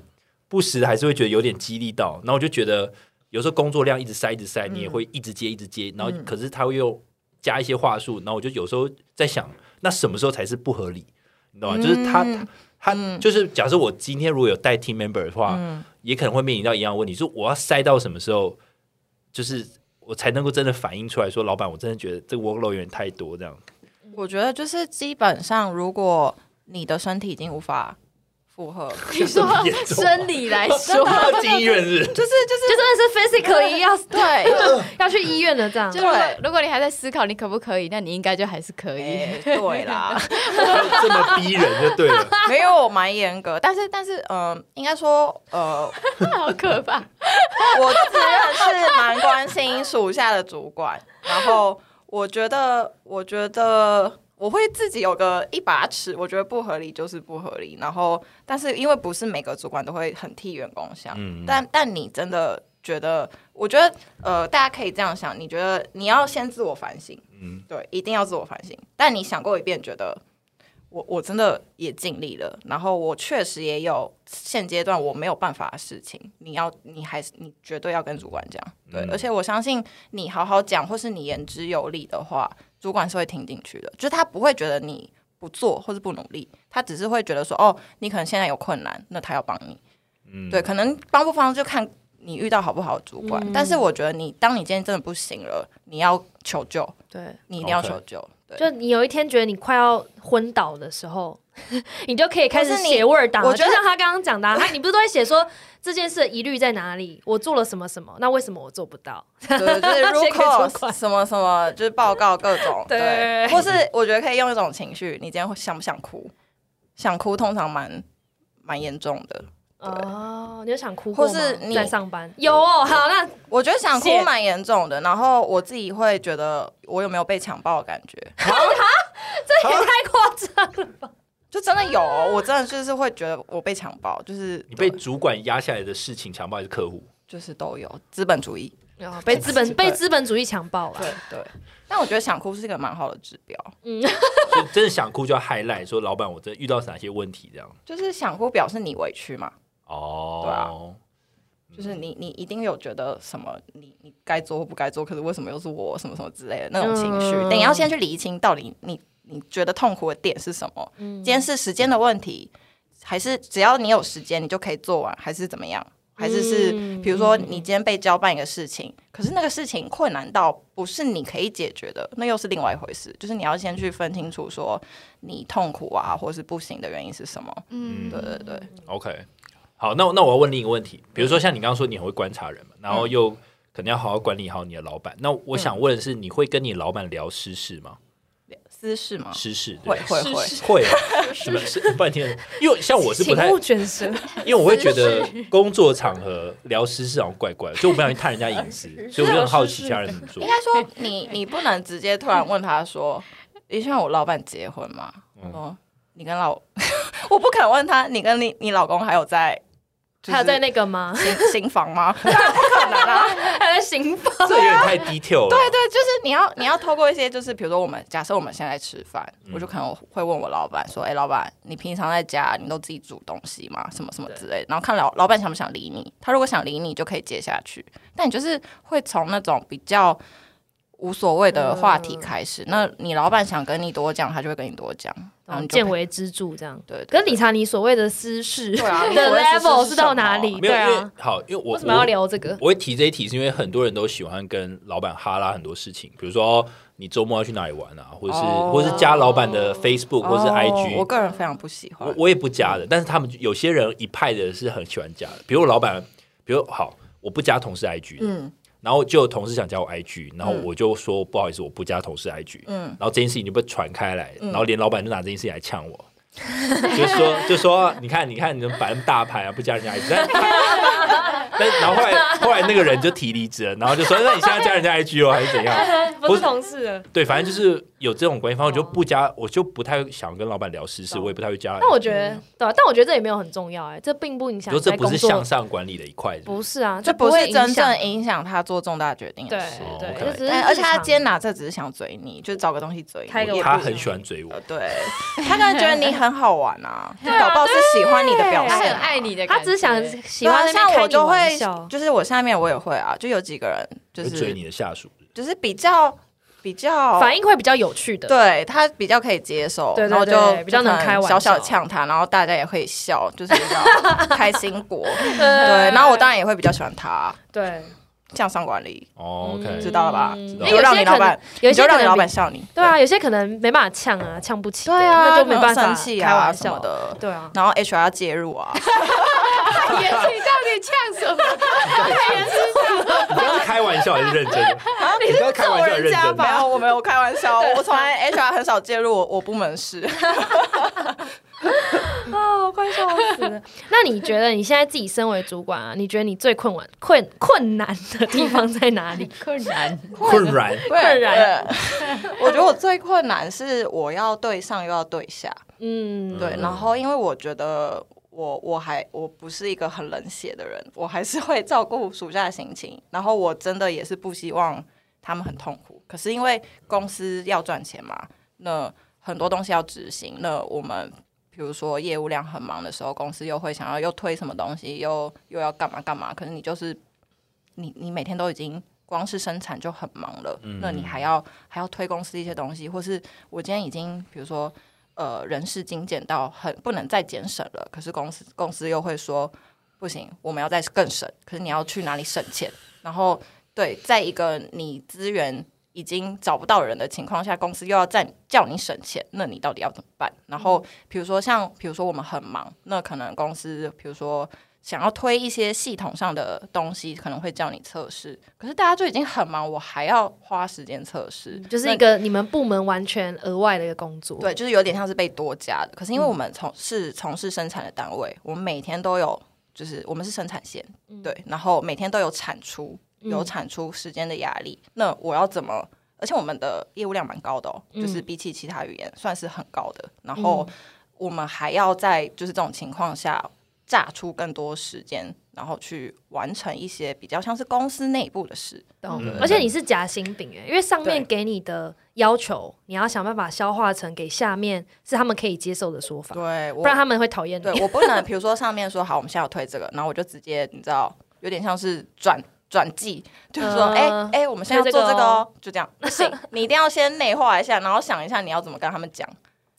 不时地还是会觉得有点激励到，然后我就觉得有时候工作量一直塞一直塞，你嗯也会一直接一直接，然后可是他会又加一些话术，然后我就有时候在想，那什么时候才是不合理？你懂吗？就是他嗯他他就是假设我今天如果有带 team member 的话，嗯也可能会面临到一样的问题，就是我要塞到什么时候，就是。我才能够真的反映出来说，老板，我真的觉得这个 workload 有点太多，这样。嗯我觉得就是基本上，如果你的身体已经无法负荷， 你 说么严重啊生理来 说，要进医院是不是 就是就是就真的是 physically 要对，要去医院的这样。就如果如果你还在思考你可不可以，那你应该就还是可以。哎对啦，这么逼人就对了。没有我蛮严格，但是但是呃，应该说呃， 好可怕！ 我自认是蛮关心属下的主管，然后我觉得，我觉得我会自己有个一把尺，我觉得不合理就是不合理。然后，但是因为不是每个主管都会很替员工想，嗯但但你真的觉得，我觉得呃，大家可以这样想，你觉得你要先自我反省，嗯对，一定要自我反省。但你想过一遍，觉得我我真的也尽力了，然后我确实也有现阶段我没有办法的事情，你要你还是你绝对要跟主管讲，对，嗯而且我相信你好好讲，或是你言之有理的话，主管是会听进去的，就是他不会觉得你不做或是不努力，他只是会觉得说哦，你可能现在有困难，那他要帮你，嗯，对，，可能帮不帮就看你遇到好不好的主管，但是我觉得你当你今天真的不行了，你要求救，对，你一定要 OK 求救。对。就你有一天觉得你快要昏倒的时候， 你就可以开始或是你写 Word 档了。我觉得就像他刚刚讲的、啊， 他你不是都会写说这件事的疑虑在哪里？我做了什么什么？那为什么我做不到？对，就是 先如给主果管什么什么，就是报告各种对或是我觉得可以用一种情绪，你今天会想不想哭？想哭通常蛮蛮严重的，哦，你有想哭过吗或是你在上班有哦，好，那我觉得想哭谢蛮严重的，然后我自己会觉得我有没有被强暴的感觉，这也太夸张了吧？就真的有哦、我真的就是会觉得我被强暴，就是你被对主管压下来的事情，强暴还是客户？就是都有资本主义，哦 被资本被资本主义强暴啊了，对对。但我觉得想哭是一个蛮好的指标，所以真的想哭就要 highlight 说，老板，我真的遇到哪些问题这样。就是想哭表示你委屈嘛，对啊哦，嗯就是你你一定有觉得什么，你你该做或不该做，可是为什么又是我什么什么之类的那种情绪，嗯但你要先去理清到底你你觉得痛苦的点是什么，嗯今天是时间的问题，还是只要你有时间你就可以做完，还是怎么样？还是是，嗯比如说你今天被交办一个事情，可是那个事情困难到不是你可以解决的，那又是另外一回事。就是你要先去分清楚，说你痛苦啊，或是不行的原因是什么。嗯对对对， OK，好，那那我要问另一个问题，比如说像你刚刚说你很会观察人嘛，然后又可能要好好管理好你的老板。那我想问的是，你会跟你老板聊私事吗？私事吗？私事对会会会，会啊， 是吧？是半天，因为像我是不请太，勿卷舌。因为我会觉得工作场合聊私事好像怪怪的，就我不小心探人家隐私，所以我就很好奇其他人怎么做应。该 说你你不能直接突然问他说，你希望我老板结婚吗？哦，你跟老， 我不肯问他，你跟你你老公还有在，就是还有在那个 吗？新新房 吗？不可能啊！还在刑 法？ 这有点太 detail 了。对对，就是 你要你 要透过一些，就是比如说我们假设我们现在吃饭，嗯我就可能会问我老板说，哎、老板，你平常在家你都自己煮东西吗？什么什么之类的，然后看老老板想不想理你。他如果想理你，就可以接下去。但你就是会从那种比较无所谓嗯的话题开始。那你老板想跟你多讲，他就会跟你多讲，然后你哦就见陪微知著这样。对对跟理查你所谓的私事对啊你所 的谓私事是 level 什是到么哪里？没有，对因为啊，好，因为我为什么要聊这个？我会提这一题，是因为很多人都喜欢跟老板哈拉很多事情，比如说哦你周末要去哪里玩啊，或者是、哦或者是加老板的 Facebook 或是哦 IG，、我个人非常不喜欢我。我也不加的，但是他们有些人一派的是很喜欢加的，比如我老板，比如好，我不加同事 IG 的嗯然后就有同事想加我 IG，然后嗯我就说不好意思，我不加同事 IG，、嗯，然后这件事情就被传开来，然后连老板就拿这件事情来呛我。 就说就说，啊你看你看，你们摆那么大牌啊，不加人家 IG，但 但然后后来后来那个人就提离职了，然后就说那你现在加人家 IG 哦，还是怎样？不是同事哎了。对，反正就是有这种关系方式，我就不加，我就不太想跟老板聊私事，我也不太会加。但我觉得，对啊，但我觉得这也没有很重要哎，这并不影你响说你这在不工是作向。上管理的一块，不是啊，这这不会是真影响正影响他做重大决定对的事。对，哦 OK 这只是但而且他日常今天拿这只是想追你，就找个东西追你。开个也不他很喜欢追我呃，， 对，他可能觉得你很好玩啊，就搞不好是喜欢你的表他现很啊。爱你的感他觉，只是想对喜啊欢在那像边开我你就玩会笑，。就是我下面我也会啊，就有几个人就会追是你的下属。就是比较比较，反应会比较有趣的。对他比较可以接受，对对然后对就比较能就可开玩小笑小呛他，然后大家也会笑，就是比 较开心果。对，然后我当然也会比较喜欢他，对，向上管理，哦 OK，知道了吧？嗯知道你就让你老板，有你一些就可能让你老板比。笑你。对啊，有些可能没办法呛啊，呛不起的。对啊，那就没办然法后生气开啊玩什笑么。的。对啊，然后 HR 要介入 啊，你到底呛什么？你刚刚 是开玩笑还是认真的？你刚刚开玩笑还是认真没的？有，我没有开玩笑，我从来 HR 很少介入我我部门 事。啊，我快笑死了。那你觉得你现在自己身为主管啊，你觉得你最困难、困困难的地方在哪 里？困难，困然，困难对， 我觉得我最困难是我要对上又要对下，嗯，对，然后因为我觉得。我我还我不是一个很冷血的人，我还是会照顾属下的心情。然后我真的也是不希望他们很痛苦，可是因为公司要赚钱嘛，那很多东西要执行，那我们比如说业务量很忙的时候，公司又会想要又推什么东西，又又要干嘛干嘛，可是你就是你你每天都已经。光是生产就很忙了，那你还要还要推公司一些东西，或是我今天已经比如说呃人事精简到很不能再减省了，可是公司公司又会说不行，我们要再更省，可是你要去哪里省钱？然后对，在一个你资源已经找不到人的情况下，公司又要再叫你省钱，那你到底要怎么办？嗯然后比如说像比如说我们很忙，那可能公司比如说。想要推一些系统上的东西，可能会叫你测试，可是大家就已经很忙，我还要花时间测试，嗯就是那一个你们部门完全额外的一个工作。对，就是有点像是被多加的。可是因为我们从是从事生产的单位，我们每天都有，就是我们是生产线，对，然后每天都有产出，有产出时间的压力。那我要怎么？而且我们的业务量蛮高的哦，就是比起其他语言算是很高的。然后我们还要在就是这种情况下榨出更多时间，然后去完成一些比较像是公司内部的事。懂嗯而且你是夹心饼哎，因为上面对给你的要求，你要想办法消化成给下面是他们可以接受的说法，对，我不然他们会讨厌对你。我不能，比如说上面说好，我们现在要推这个，然后我就直接你知道，有点像是转转寄，就是说，嗯哎哎、我们现在要推做这个这个哦哦，就这样，不行，你一定要先内化一下，然后想一下你要怎么跟他们讲。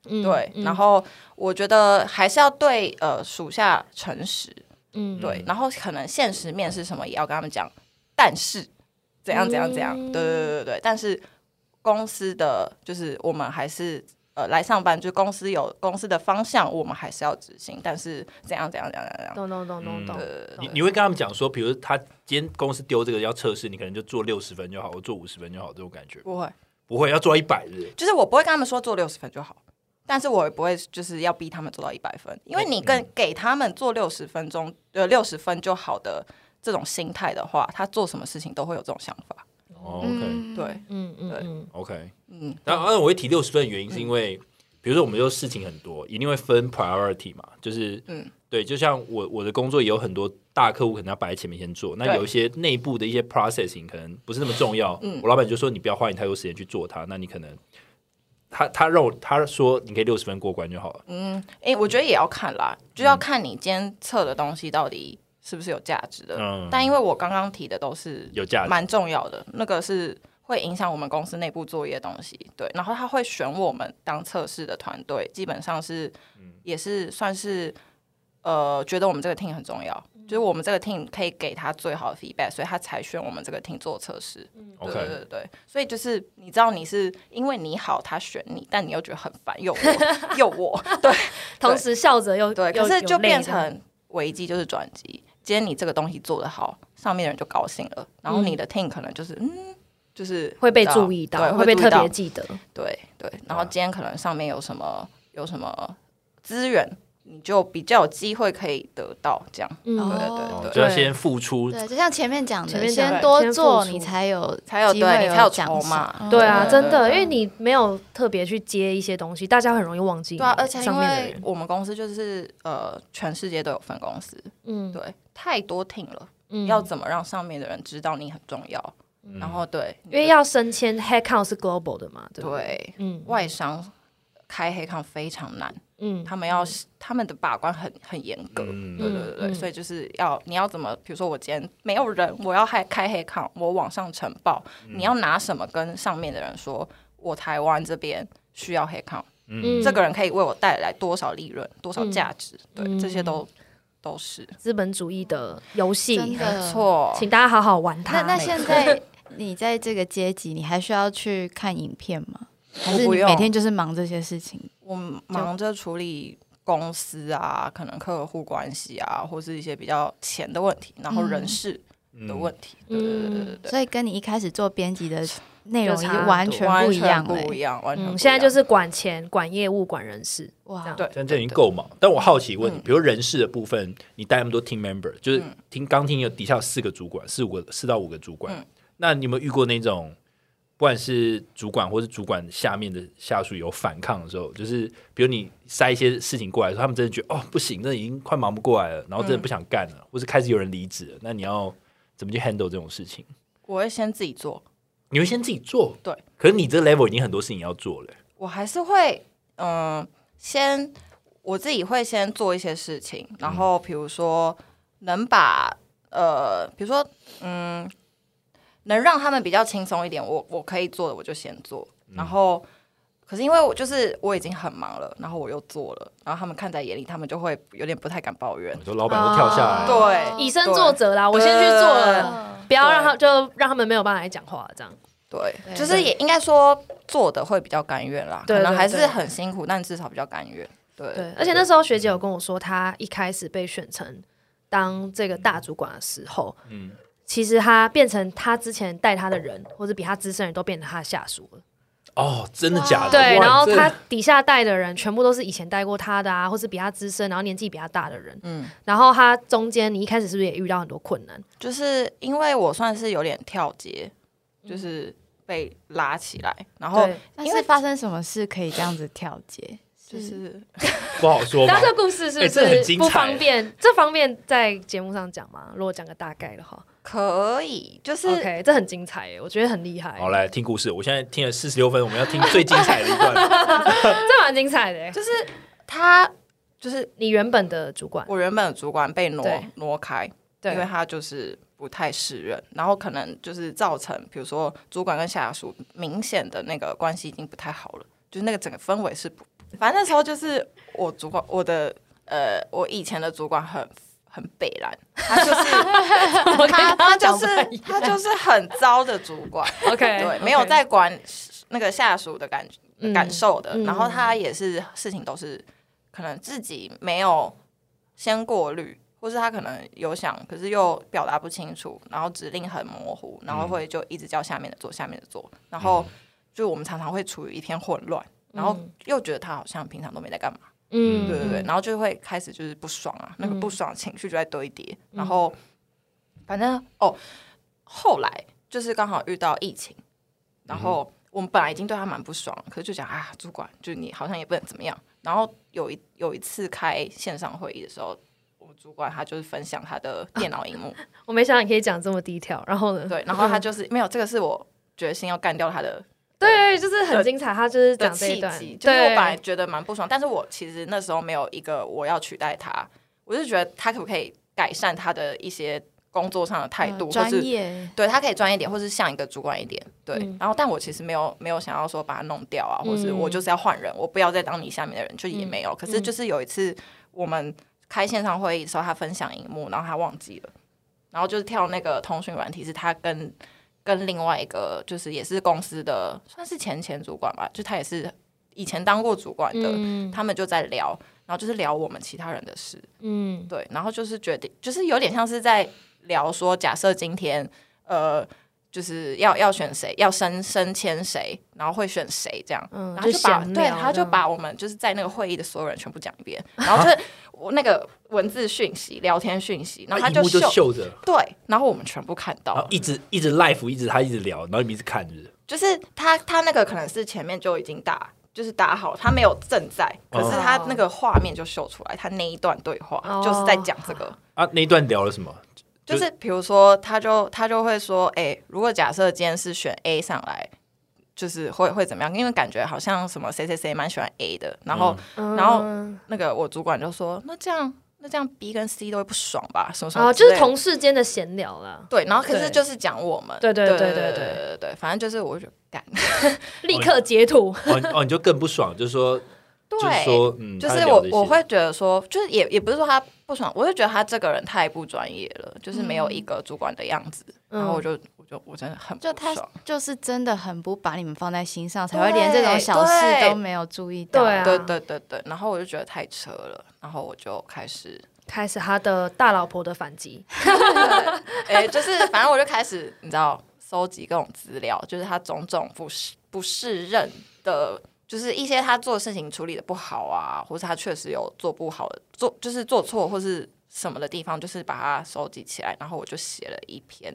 嗯对，嗯然后我觉得还是要对呃属下诚实，嗯对，然后可能现实面是什么也要跟他们讲，但是怎样怎样怎样，对对对对对，但是公司的就是我们还是呃来上班，就公司有公司的方向，我们还是要执行，但是怎样怎样怎样怎样，懂懂懂懂懂。嗯你你会跟他们讲说，比如他今天公司丢这个要测试，你可能就做六十分就好，或做五十分就好，这种感觉不会，不会要做到一百日，就是我不会跟他们说做六十分就好。但是我也不会就是要逼他们做到一百分，因为你跟给他们做六十分钟呃六十分就好的这种心态的话，他做什么事情都会有这种想法。哦 OK 对，嗯嗯对嗯， OK，嗯，然后，然后我会提六十分的原因是因为，比如说我们就事情很多，一定会分 priority 嘛，就是嗯对，就像我我的工作也有很多大客户可能要摆在前面先做，那对有一些内部的一些 processing 可能不是那么重要，我老板就说你不要花你太多时间去做它，那你可能他他让我他说你可以六十分过关就好了，哎、嗯我觉得也要看啦，就要看你今天测的东西到底是不是有价值的。嗯但因为我刚刚提的都是有价值蛮重要的，那个是会影响我们公司内部作业的东西。对，然后他会选我们当测试的团队，基本上是、嗯也是算是呃，觉得我们这个 team 很重要，嗯就是我们这个 team 可以给他最好的 feedback，所以他才选我们这个 team 做测试。对 OK 对对对，所以就是你知道你是因为你好他选你，但你又觉得很烦，又 我又我，对同时笑着又对，又可是又就累变这样成危机就是转机。今天你这个东西做得好，上面的人就高兴了，然后你的 team 可能就是嗯，就是会被你知道注意对到，，会被注意特到别记得。对对，然后今天可能上面有什么有什么资源，你就比较有机会可以得到这样，嗯对对哦对对就要先付出，对，就像前面讲前的，面讲的先多先付做，出你才有才有机会对你才有奖筹码嗯赏对啊，对真的，对因为你没有特别去接一些东西，大家很容易忘记。对啊，而且因上面的为人，我们公司就是呃，全世界都有分公司，嗯对，太多 team 了，嗯要怎么让上面的人知道你很重要？然后对，因为要升迁，headcount 是 global 的嘛，对不对？对嗯外商开黑抗非常难，嗯，他们要他们的把关很很严格。嗯对对对对，嗯所以就是要你要怎么，比如说我今天没有人，我要开开黑抗，我往上呈报，嗯你要拿什么跟上面的人说，我台湾这边需要黑抗，嗯这个人可以为我带来多少利润，多少价值，嗯对，这些都都是资本主义的游戏，真的没错。请大家好好玩它。那那没现错在你在这个阶级，你还需要去看影片吗？还我是不你用每天就是忙这些事情？我忙着处理公司啊，可能客户关系啊，或是一些比较钱的问题，然后嗯人事嗯的问题，对对对对对对。所以跟你一开始做编辑的内容已就差很经多完全完不一样全了欸、不一样，完全嗯，不一样。现在就是管钱、管业务、管人事。这哇样，对，但这已经对够忙。但我好奇问你，嗯比如人事的部分，你带那么多 team member，就是听刚听有底下有四个主管，四五个四到五个主管，嗯那你有没有遇过那种，不管是主管或是主管下面的下属有反抗的时候，就是比如你塞一些事情过来的时候，他们真的觉得哦不行，那已经快忙不过来了，然后真的不想干嗯了，或是开始有人离职了，那你要怎么去 handle 这种事情？我会先自己做，你会先自己做，对。可是你这 level 已经很多事情要做了，我还是会嗯、先我自己会先做一些事情，然后比如说能把呃，比如说嗯，能让他们比较轻松一点，我我可以做的我就先做，然后。可是因为我就是我已经很忙了，然后我又做了，然后他们看在眼里，他们就会有点不太敢抱怨你。说老板都跳下来，啊对以身作则啦，我先去做了，不要让他就让他们没有办法来讲话，这样对，对就是也应该说做的会比较甘愿啦，对可能对还对是很辛苦，但至少比较甘愿。对，对。而且那时候学姐有跟我说，她一开始被选成当这个大主管的时候，嗯，其实她变成她之前带她的人，或者比她资深的人都变成她的下属了。哦，真的假的？对，哇然后这他底下带的人全部都是以前带过他的啊，或是比他资深，然后年纪比他大的人。嗯，然后他中间你一开始是不是也遇到很多困难？就是因为我算是有点跳阶，就是被拉起来，然后对那因为是发生什么事可以这样子跳接？就是嗯不好说吧那？这个故事是哎不这很是精不彩方便？这方便在节目上讲吗？如果讲个大概的话可以，就是，OK，这很精彩耶，我觉得很厉害，好，来听故事。我现在听了四十六分，我们要听最精彩的一段。这蛮精彩的耶。就是他就是你原本的主管，我原本的主管被挪对挪开，因为对他就是不太适任，然后可能就是造成，比如说主管跟下属明显的那个关系已经不太好了，就是那个整个氛围是不，反正那时候就是我主管，我的呃，我以前的主管很很北蓝，他就是 我他刚他刚就讲不是太一他就是很糟的主 管，样 OK， 对， OK 没有在管那个下属的感嗯感受的，嗯然后他也是事情都是可能自己没有先过滤，或是他可能有想，可是又表达不清楚，然后指令很模糊，然后会就一直叫下面的做，下面的做，然后就我们常常会处于一片混乱，然后又觉得他好像平常都没在干嘛，嗯，对对对，嗯，然后就会开始就是不爽啊，那个不爽情绪就在堆叠，然后反正哦，后来就是刚好遇到疫情，然后我们本来已经对他蛮不爽，可是就讲啊，主管，就是你好像也不能怎么样。然后有一有一次开线上会议的时候，我主管他就是分享他的电脑荧幕，我没想到你可以讲这么低调，然后呢？对，然后他就是没有这个是我决心要干掉他的对，就是很精彩，他就是的讲这一契段机，，就是我对，本来觉得蛮不爽，但是我其实那时候没有一个我要取代他，我就觉得他可不可以改善他的一些工作上的态度，嗯或专是业，对他可以专业一点，或是像一个主管一点，对。嗯然后，但我其实没有没有想要说把他弄掉啊，或是嗯我就是要换人，我不要再当你下面的人，就也没有。可是就是有一次我们开线上会议的时候，他分享荧幕，然后他忘记了，然后就是跳那个通讯软体，是他跟跟另外一个就是也是公司的算是前前主管吧，就他也是以前当过主管的，嗯他们就在聊，然后就是聊我们其他人的事，嗯，对，然后就是决定，就是有点像是在聊说，假设今天呃，就是要要选谁，要升升迁谁，然后会选谁这样，嗯然就后就把闲对，聊他这就样把我们就是在那个会议的所有人全部讲 一遍，然后就是我那个文字讯息、聊天讯息， 然后他荧幕就秀，秀着，对，然后我们全部看到然后，一直一直 live，一直他一直聊，然后你们一直看着。就是他他那个可能是前面就已经打。就是打好，他没有正在，可是他哦那个画面就秀出来，他那一段对话就是在讲这个。啊，那一段聊了什么？就就是比如说，他就他就会说，哎、如果假设今天是选 A 上来，就是会会怎么样？因为感觉好像什么谁谁谁蛮喜欢 A 的，然后、然后嗯那个我主管就说，那这样那这样 B 跟 C 都会不爽吧？什么什么哦，之就类的、是同事间的闲聊啦，对，然后可对是就是讲我们，对对对对对对对对对，反正就是我就干，立刻截图，哦你哦，你就更不爽，就是说，就是对。说，嗯，就他是聊我这，些我会觉得说，就是也也不是说他不爽，我就觉得他这个人太不专业了，就是没有一个主管的样子，然后我就我就我真的很不就他爽就是真的很不把你们放在心上，才对会连这种小事对都没有注意到。对啊对对对对，然后我就觉得太扯了，然后我就开始，开始他的大老婆的反击，哎、就是反正我就开始，你知道，搜集各种资料，就是他种种不适不适任的，就是一些他做事情处理的不好啊，或是他确实有做不好的，做就是做错或是什么的地方，就是把它收集起来，然后我就写了一篇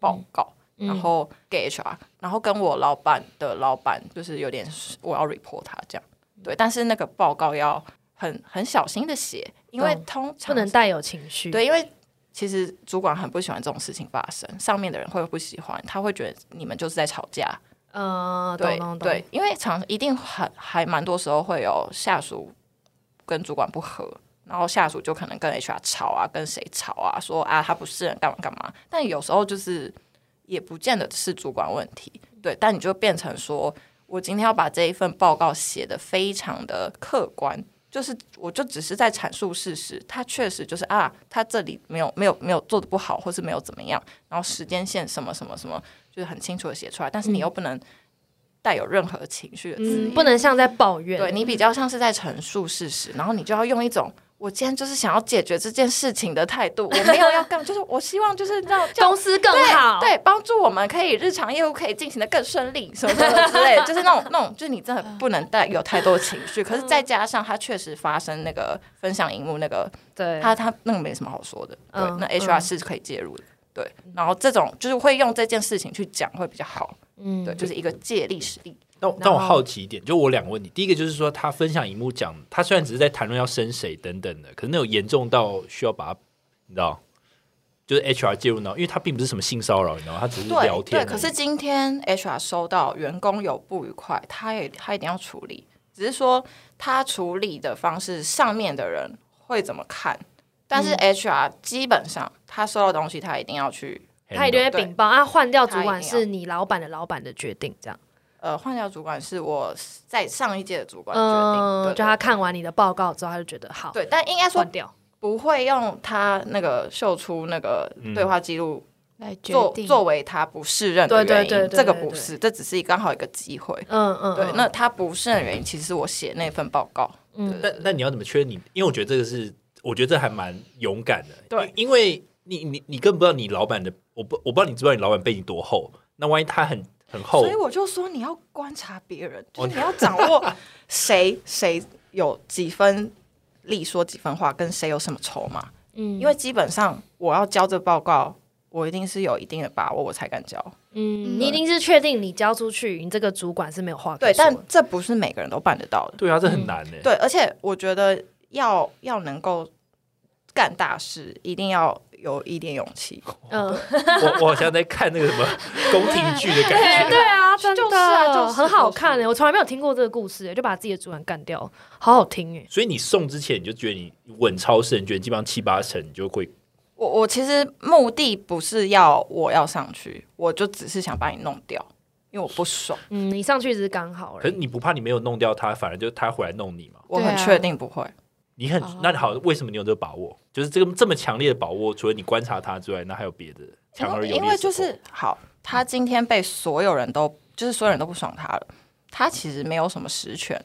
报嗯告。然后给 HR，然后跟我老板的老板就是有点我要 report 他这样，对，但是那个报告要很很小心的写，因为懂通 嗯常不能带有情绪，对，因为其实主管很不喜欢这种事情发生，上面的人会不喜欢，他会觉得你们就是在吵架，嗯，懂对懂懂对，，因为常一定很还蛮多时候会有下属跟主管不和，然后下属就可能跟 HR 吵啊，跟谁吵啊，说啊他不是人干嘛干嘛。但有时候就是也不见得是主管问题，对，但你就变成说我今天要把这一份报告写得非常的客观。就是，我就只是在阐述事实，他确实就是啊，他这里没有没有没有做的不好，或是没有怎么样，然后时间线什么什么什么，就是很清楚的写出来，但是你又不能带有任何情绪的字眼，嗯，不能像在抱怨，对你比较像是在陈述事实，然后你就要用一种我今天就是想要解决这件事情的态度，我没有要干，就是我希望就是让叫公司更好，对帮助我们可以日常业务可以进行的更顺利，什么什么之 类的，就是那种那种，就是你真的不能带有太多情绪，可是再加上它确实发生那个分享荧幕那个对他他那个没什么好说的，对，嗯那嗯 HR 是可以介入的，对，然后这种就是会用这件事情去讲会比较好，嗯对，就是一个借力使力，但我但我好奇一点，就我两个问题，第一个就是说，他分享荧幕讲，他虽然只是在谈论要升谁等等的，可是那有严重到需要把他，你知道，就是 HR 介入呢，因为他并不是什么性骚扰，你知道吗，他只是聊天而对，已。可是今天 HR 收到员工有不愉快，他也他一定要处理，只是说他处理的方式，上面的人会怎么看，但嗯是 HR 基本上他收到的东西，他一定要去。他一定会对禀报啊，换掉主他一管定是要你老板的老板的决定，这样，呃，换掉主管是我在上一届的主管决定，嗯，对就他看完你的报告之后，他就觉得好，对，但应该说换掉，不会用他那个秀出那个嗯对话记录来决作、定作为他不适任的原对因，对对对这个对不对是，这只是一刚好一个机会。嗯嗯，对嗯，那他不胜的原因，其实是我写那份报告，那那你要怎么确认你？因为我觉得这个是，我觉得这还蛮勇敢的。对因因为你你你根本不知道你老板的，我不我不知道你知不知道你老板背景多厚。那万一他很很厚所以，我就说你要观察别人，就哦是你要掌握谁 谁有几分力说几分话，跟谁有什么筹码。嗯因为基本上我要交这报告，我一定是有一定的把握，我才敢交。嗯，你一定是确定你交出去，你这个主管是没有话可对，说但的这不是每个人都办得到的。对啊，这很难呢、嗯对，而且我觉得要要能够干大事，一定要有一点勇气。嗯，欸我我好像在看那个 什么宫廷剧的感觉。 对啊，真就是啊就是很好就是看诶，我从来没有听过这个故事欸诶，就把自己的主管干掉，好好听欸诶。所以你送之前你就觉得你稳超胜券，基本上七八成你就会我我其实目的不是要我要上去，我就只是想把你弄掉，因为我不爽。嗯，你上去只是刚好可而是已。你不怕你没有弄掉他，反而就他回来弄你嘛？我对很啊确定不会。你很、哦那好，为什么你有这个把握？就是这个这么强烈的把握，除了你观察他之外，那还有别的强而有力的因为就手是好，他今天被所有人都就是所有人都不爽他了，他其实没有什么实权。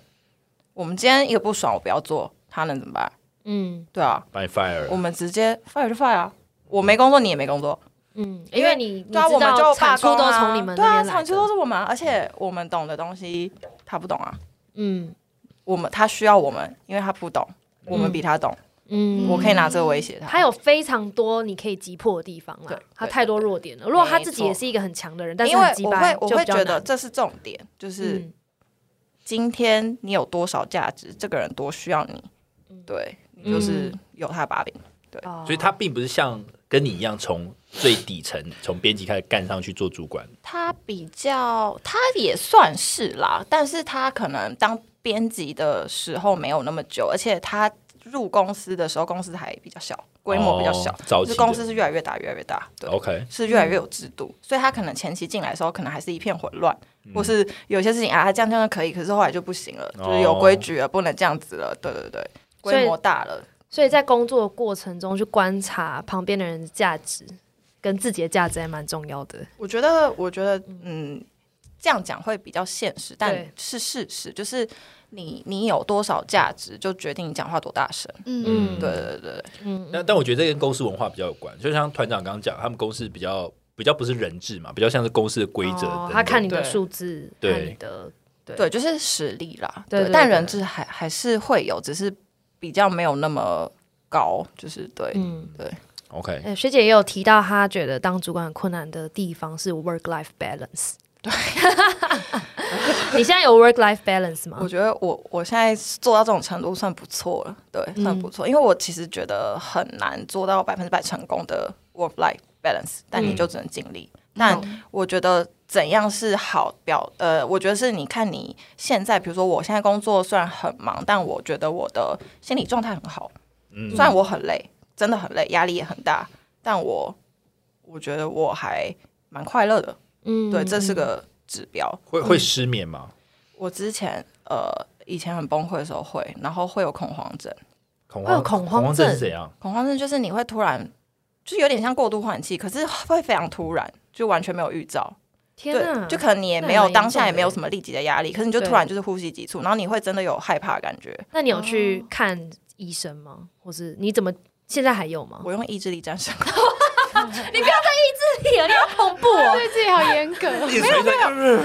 我们今天一个不爽，我不要做，他能怎么办？嗯对啊，把你 fire 我了。们直接 fire 就 fire 啊，我没工作，你也没工作，嗯，因因为为你你对啊，我知们道就产罢出工都啊从你们对那啊，边来产出的都。是我们啊，而且我们懂的东西他不懂啊，嗯我们他需要我们，因为他不懂，我们比他懂，嗯，我可以拿这个威胁他。他有非常多你可以击破的地方啦对对，他太多弱点了。如果他没自己错也是一个很强的人，但是因为很鸡我掰会，我就会比较觉得难。这是重点，就是嗯今天你有多少价值，这个人多需要你，对你就是嗯有他把柄。哦所以他并不是像跟你一样从最底层从编辑开始干上去做主管，他比较，他也算是啦，但是他可能当编辑的时候没有那么久，而且他入公司的时候，公司还比较小，规模比较小，哦早就期是的公司是越来越大，越来越大，对。 OK，是越来越有制度，所以他可能前期进来的时候，可能还是一片混乱，或是有些事情啊，他这样这样可以，可是后来就不行了，就是有规矩了，不能这样子了，对对对，所以规模大了，所以在工作过程中去观察旁边的人的价值，跟自己的价值还蛮重要的。我觉得，我觉得，嗯，这样讲会比较现实，但对是事实，就是你你有多少价值，就决定你讲话多大声，嗯，对对对对，嗯但但我觉得这跟公司文化比较有关，就像团长刚刚讲，他们公司比较比较不是人治嘛，比较像是公司的规则等哦等。他看你的对数字，对看你的对，就是实力啦，对对但对人质还还是会有，只是比较没有那么高，就是对，对。 OK，呃，学姐也有提到，她觉得当主管很困难的地方是 work life balance。对， 你现在有 work life balance 吗我？觉得我我现在做到这种程度算不错了，对，算不错。因为我其实觉得很难做嗯到百分之百成功的 work life balance，但你就只能尽力。但我觉得怎样是好表？呃，我觉得是你看你现在，比如说我现在工作虽然很忙，但我觉得我的心理状态很好。嗯虽然我很累，真的很累，压力也很大，但我我觉得我还蛮快乐的。嗯对，这是个指标。会会失眠吗？我之前呃以前很崩溃的时候会，然后会有恐慌症。恐会有慌恐慌慌症症是怎样？恐慌症就是你会突然，就是有点像过度换气，可是会非常突然，就完全没有预兆。天哪，就可能你也那没还有蛮当严下重也没有的什么立即的压力，可是你就突对然就是呼吸急促，然后你会真的有害怕的感觉。那你有哦去看医生吗？或是你怎么现在还有吗？我用意志力战胜。有点恐怖 哦，对自己好严格。没有没 有，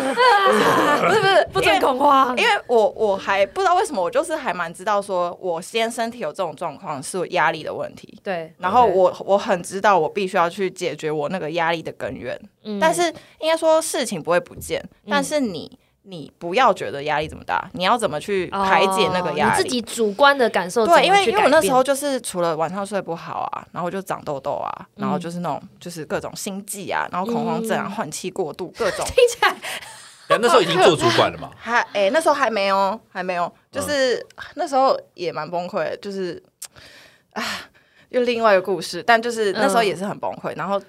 不是不是，不准恐慌，因为我我还不知道为什么，我就是还蛮知道说，我先身体有这种状况是我压力的问题，对，然后我我很知道我必须要去解决我那个压力的根源，嗯但是应该说事情不会不见，但是你你不要觉得压力这么大，你要怎么去排解那个哦压你力？自己主观的感受怎么去对，因改为变，因为我那时候就是除了晚上睡不好啊，然后就长痘痘啊，嗯然后就是那种就是各种心悸啊，然后恐慌症啊，换气过度，各种听起来那时候已经做主管了嘛？还哎、那时候还没有，还没有，就是、嗯那时候也蛮崩溃的，就是啊，又另外一个故事，但就是那时候也是很崩溃，然后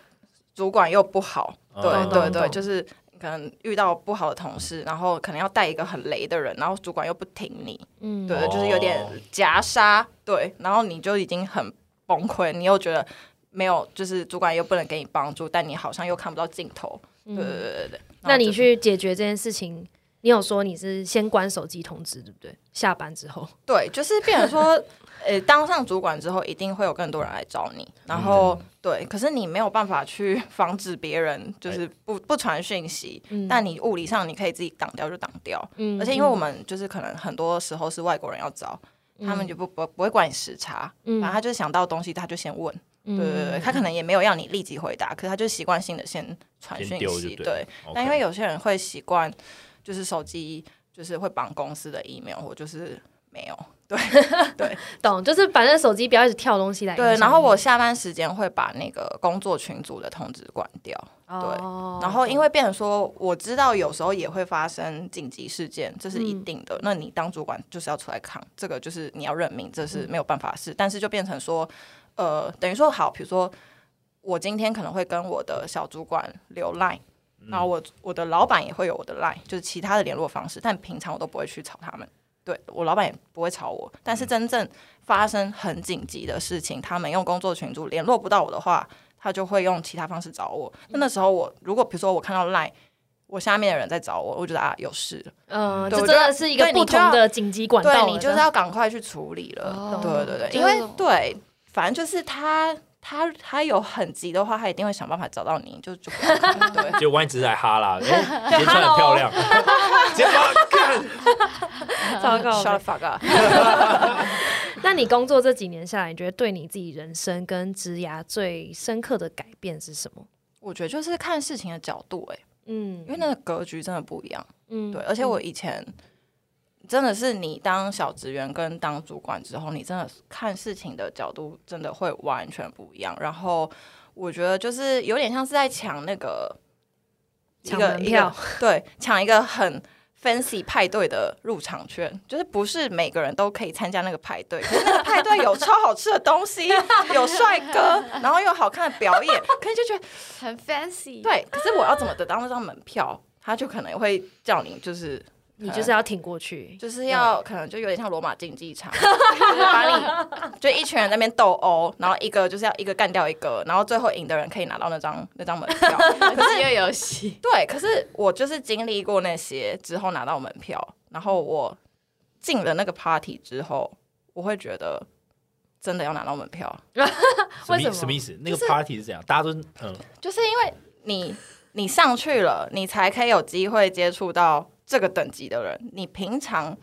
主管又不好，嗯对、懂对懂对，懂就是可能遇到不好的同事，然后可能要带一个很雷的人，然后主管又不听你，嗯对，就是有点哦夹杀，对，然后你就已经很崩溃，你又觉得没有，就是主管又不能给你帮助，但你好像又看不到尽头，对对对对对。那你然后就去解决这件事情，你有说你是先关手机通知，对不对？下班之后，对，就是变成说，呃，当上主管之后，一定会有更多人来找你，然嗯后、对，可是你没有办法去 防止别人就是不不传讯息，嗯但你物理上你可以自己挡掉就挡掉，嗯而且因为我们就是可能很多时候是外国人要找。他嗯们就不不不会管你时差，嗯反正他就是想到东西他就先问，对对嗯对对，他可能也没有要你立即回答，可是他就习惯性的先传先讯丢就息，对对了，OK 但因为有些人会习惯，就是手机就是会绑公司的 email，我就是没有。 对对嗯懂，就是反正手机不要一直跳东西来影响对，你。然后我下班时间会把那个工作群组的通知关掉，哦然后因为变成说，我知道有时候也会发生紧急事件，这是一定的。那你当主管就是要出来扛，这个就是你要认命，这是没有办法的事。但是就变成说，呃，等于说好，比如说我今天可能会跟我的小主管留 line，、然后我我的老板也会有我的 line，就是其他的联络方式，但平常我都不会去吵他们。对我老板也不会吵我，但是真正发生很紧急的事情，他们用工作群组联络不到我的话，他就会用其他方式找我。那那时候我如果比如说我看到 Line，我下面的人在找我，我觉得啊有事了，嗯，对这我真就要的是一个对你不就同要的紧急管道了，对你就是要赶快去处理了。哦对对对，就是因为对，反正就是他他他有很急的话，他一定会想办法找到你，就就不要看对。 就万一只是来哈啦，哎今天穿很漂亮，直接把它干。 糟 Shut 糕 the。fuck up！那你工作这几年下来，你觉得对你自己人生跟职涯最深刻的改变是什么？我觉得就是看事情的角度、欸，嗯因为那个格局真的不一样。嗯对，而且我以前真的是你当小职员跟当主管之后，你真的看事情的角度真的会完全不一样。然后我觉得就是有点像是在抢那个一抢个门一个票 对，抢一个很。fancy 派对的入场券，就是不是每个人都可以参加那个派对。可是那个派对有超好吃的东西，有帅哥，然后又有好看的表演，可是就觉得很 fancy，，对。可是我要怎么得到那张门票？他就可能会叫你就是你就是要挺过去，就是要可能就有点像罗马竞技场， 就是把你就一群人在那边斗殴，然后一个就是要一个干掉一个，然后最后赢的人可以拿到那张那张门票。 饥饿游戏，对，可是我就是经历过那些之后拿到门票，然后我进了那个 party 之后，我会觉得真的要拿到门票，什么为什意么什么意思？那个 party 是怎样？大家都嗯，就是因为你你上去了，你才可以有机会接触到这个等级的人。你平常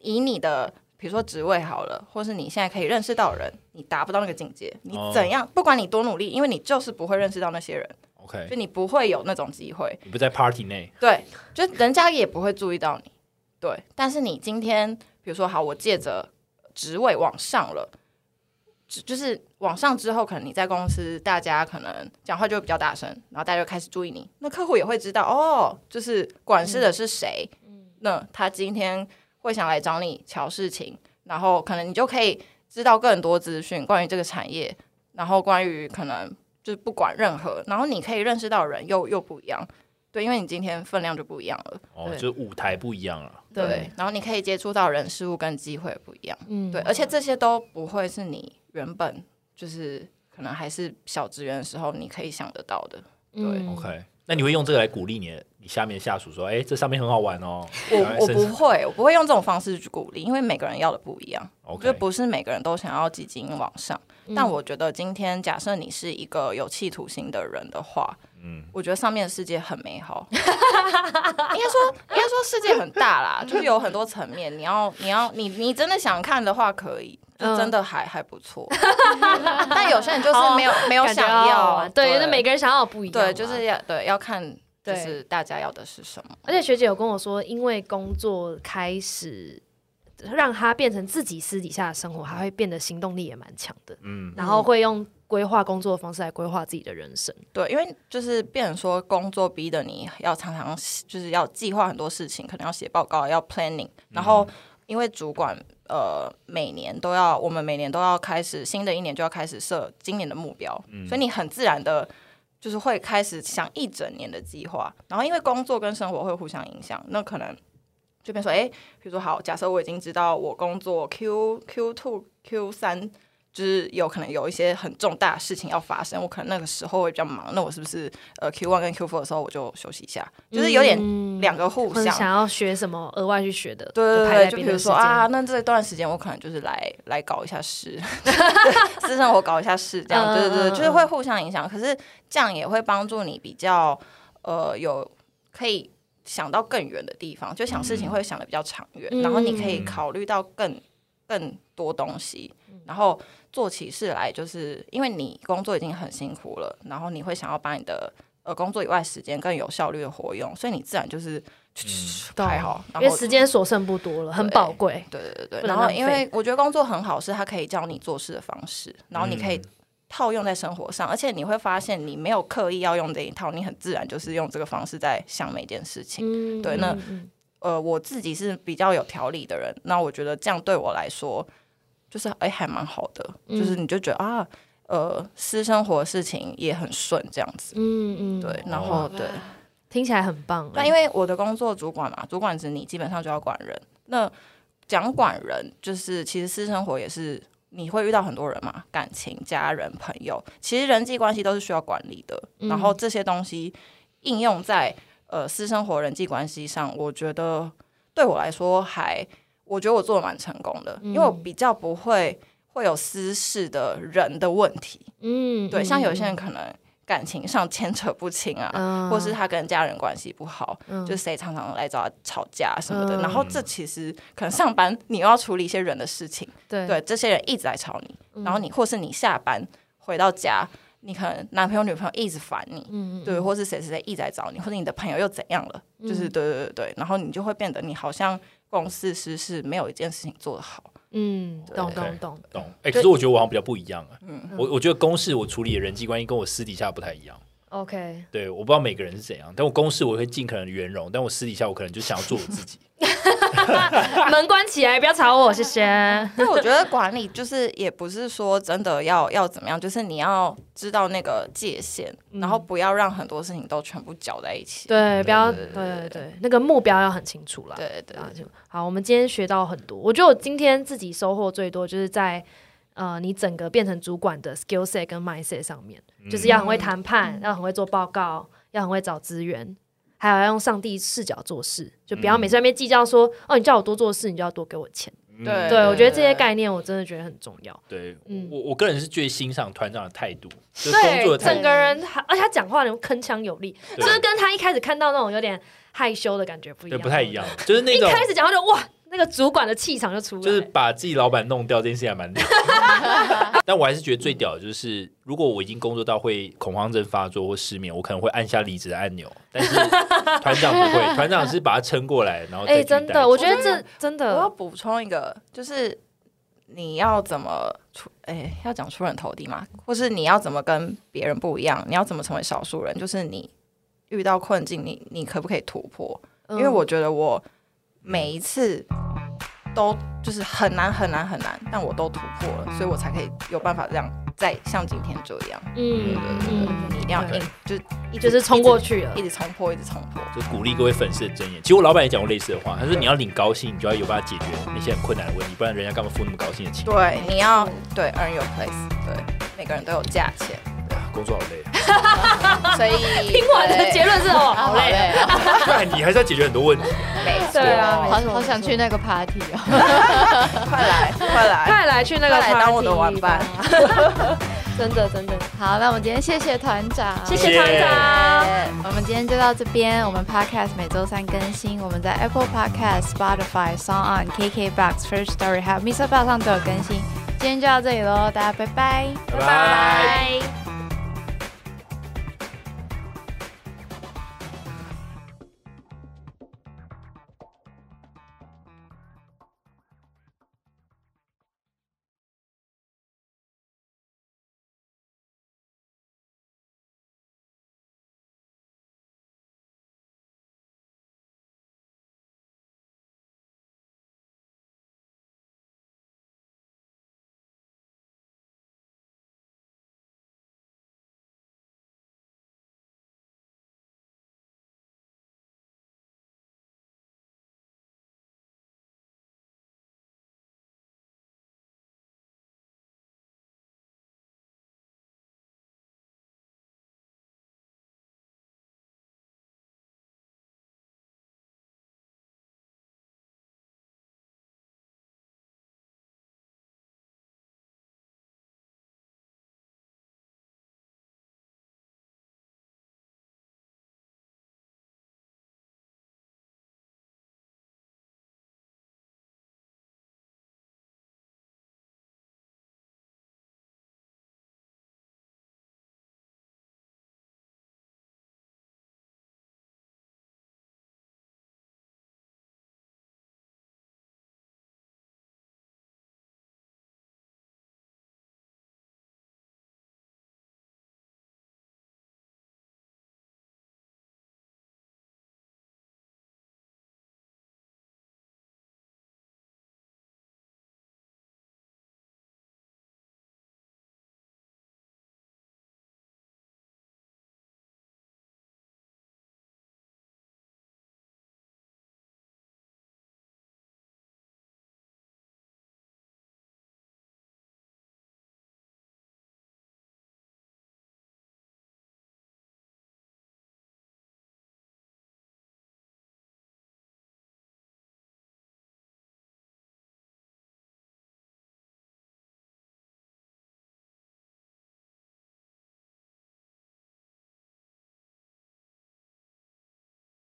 以你的比如说职位好了，或是你现在可以认识到的人，你达不到那个境界，你哦怎样、不管你多努力，因为你就是不会认识到那些人，就 OK，你不会有那种机会。你不在 party 内，对，就人家也不会注意到你。对，但是你今天比如说好，我借着职位往上了，就就是往上之后，可能你在公司大家可能讲话就会比较大声，然后大家就开始注意你，那客户也会知道哦，就是管事的是谁，那他今天会想来找你瞧事情，然后可能你就可以知道更多资讯关于这个产业，然后关于可能就是不管任何，然后你可以认识到的人又又不一样，对，因为你今天分量就不一样了，哦，对就是舞台不一样了。对，然后你可以接触到人事物跟机会不一样，嗯对，而且这些都不会是你原本就是可能还是小职员的时候你可以想得到的。对嗯 OK，那你会用这个来鼓励你的你下面的下属说，哎、这上面很好玩哦。我我不会会，我不会用这种方式去鼓励，因为每个人要的不一样，就，OK，不是每个人都想要几斤往上。嗯但我觉得今天假设你是一个有企图心的人的话，嗯，我觉得上面的世界很美好。 应该说，应该说世界很大 啦，就是有很多层面。你要，你要，你你真的想看的话，可以，嗯就真的还、还 不错。但有些人就是没有没有感觉想好好要玩，对，那每个人想要的不一样嘛，对就是要对要看，就对是大家要的是什么。而且学姐有跟我说，因为工作开始让她变成自己私底下的生活，还会变得行动力也蛮强的，嗯，然后会用规划工作的方式来规划自己的人生。对，因为就是变成说工作逼得你要常常就是要计划很多事情，可能要写报告，要 planning，然后因为主管呃每年都要，我们每年都要开始新的一年就要开始设今年的目标，所以你很自然的。就是会开始想一整年的计划，然后因为工作跟生活会互相影响，那可能就变说，哎，比如说好，假设我已经知道我工作 Q Q two Q 三就是有可能有一些很重大的事情要发生，我可能那个时候会比较忙，那我是不是呃 Q one 跟 Q four 的时候我就休息一下，就是有点嗯两个互或者相。想要学什么额外去学的，对对排在对，就比别的如说时间啊，，那这段时间我可能就是来来搞一下事， 对私生活搞一下事，这样，对嗯对对，就是会互相影响。可是这样也会帮助你比较呃有可以想到更远的地方，就想事情会想的比较长远，嗯嗯然后你可以考虑到更更多东西，然后做起事来，就是因为你工作已经很辛苦了，然后你会想要把你的。呃，工作以外时间更有效率的活用，所以你自然就是嗯懂排好，然因为后时间所剩不多了，很对宝贵。对对对不对，能然后浪因费为我觉得工作很好，是它可以教你做事的方式，然后你可以嗯套用在生活上，而且你会发现你没有刻意要用这一套，你很自然就是用这个方式在想每件事情。嗯对那嗯嗯呃，我自己是比较有条理的人，那我觉得这样对我来说，就是哎、还蛮好的，嗯就是你就觉得啊，呃，私生活的事情也很顺这样子。嗯嗯，对，然后对，听起来很棒欸。那因为我的工作主管嘛，主管职你基本上就要管人。那讲管人，就是其实私生活也是你会遇到很多人嘛，感情、家人、朋友，其实人际关系都是需要管理的。嗯然后这些东西应用在呃私生活、人际关系上，我觉得对我来说还，我觉得我做的蛮成功的，嗯因为我比较不会会有私事的人的问题。嗯，对，嗯像有些人可能感情上牵扯不清啊，嗯或是他跟家人关系不好，嗯就谁常常来找他吵架什么的。嗯然后这其实可能上班你又要处理一些人的事情，对嗯对，这些人一直来吵你，然后你或是你下班回到家，你可能男朋友女朋友一直烦你，嗯对，或是谁谁谁一直来找你，或者你的朋友又怎样了，嗯就是对对对对，然后你就会变得你好像公事私事没有一件事情做得好，嗯，懂对懂懂，懂。哎、可是对我觉得我好像比较不一样啊。嗯我我觉得公事我处理的人际关系跟我私底下不太一样。 OK，对，我不知道每个人是怎样，但我公事我会尽可能圆融，但我私底下我可能就想要做我自己。门关起来，不要吵我，谢谢。但我觉得管理就是 也不是说真的要要怎么样，就是你要知道那个界限，然后不要让很多事情都全部搅在一起。 嗯对，不要对对对，那个目标要很清楚啦。对对啊，就好。我们今天学到很多，我觉得我今天自己收获最多就是在呃，你整个变成主管的 skill set 跟 mindset 上面， 嗯就是要很会谈判，要很会做报告，要很会找资源。还有要用上帝视角做事，就不要每次在那边计较说，哦，你叫我多做事，你就要多给我钱。对嗯对对我觉得这些概念我真的觉得很重要。对，嗯我我个人是最欣赏团长的态度，就是工作对，的态整度。个人还，而且他讲话那种铿锵有力，对就是跟他一开始看到那种有点害羞的感觉不一对样，不太一样，就是那一种开始讲话就哇，那个主管的气场就出来了，就是把自己老板弄掉这件事还蛮屌， 但我还是觉得最屌的就是，如果我已经工作到会恐慌症发作或失眠，我可能会按下离职的按钮，但是团长不 会，团长是把他撑过来，然后再哎、去真带的，我觉得这真我要的，补充一个，就是你要怎么出？哎、要讲出人头地嘛，或是你要怎么跟别人不一样？你要怎么成为少数人？就是你遇到困境，你你可不可以突破？嗯因为我觉得我每一次都就是很难很难很难，但我都突破了，所以我才可以有办法这样再像今天这样。嗯嗯，你一定要对硬，就一就直是冲过，去了一直，一直冲破，一直冲破。就鼓励各位粉丝的真言。其实我老板也讲过类似的话，他说你要领高薪，你就要有办法解决那些很困难的问题，不然人家干嘛付那么高薪的钱？对，你要嗯对 earn your place，对，每个人都有价钱，啊工作好累啊， 所以 听完的结论是哦，好累。累，不然你还是要解决很多问题。没错，对啊好没错好想没错去那个 party 哦。快来快来，快来去那个快来当我的 party 玩伴吧， 真的真的，好，那我们今天谢谢团长，谢谢团长。我们今天就到这边。我们 Podcast 每周三更新，我们在 Apple Podcast、Spotify、Song On、KKBox、First Story 还有 Mr. b o 上都有更新。今天就到这里喽，大家拜拜。拜拜。拜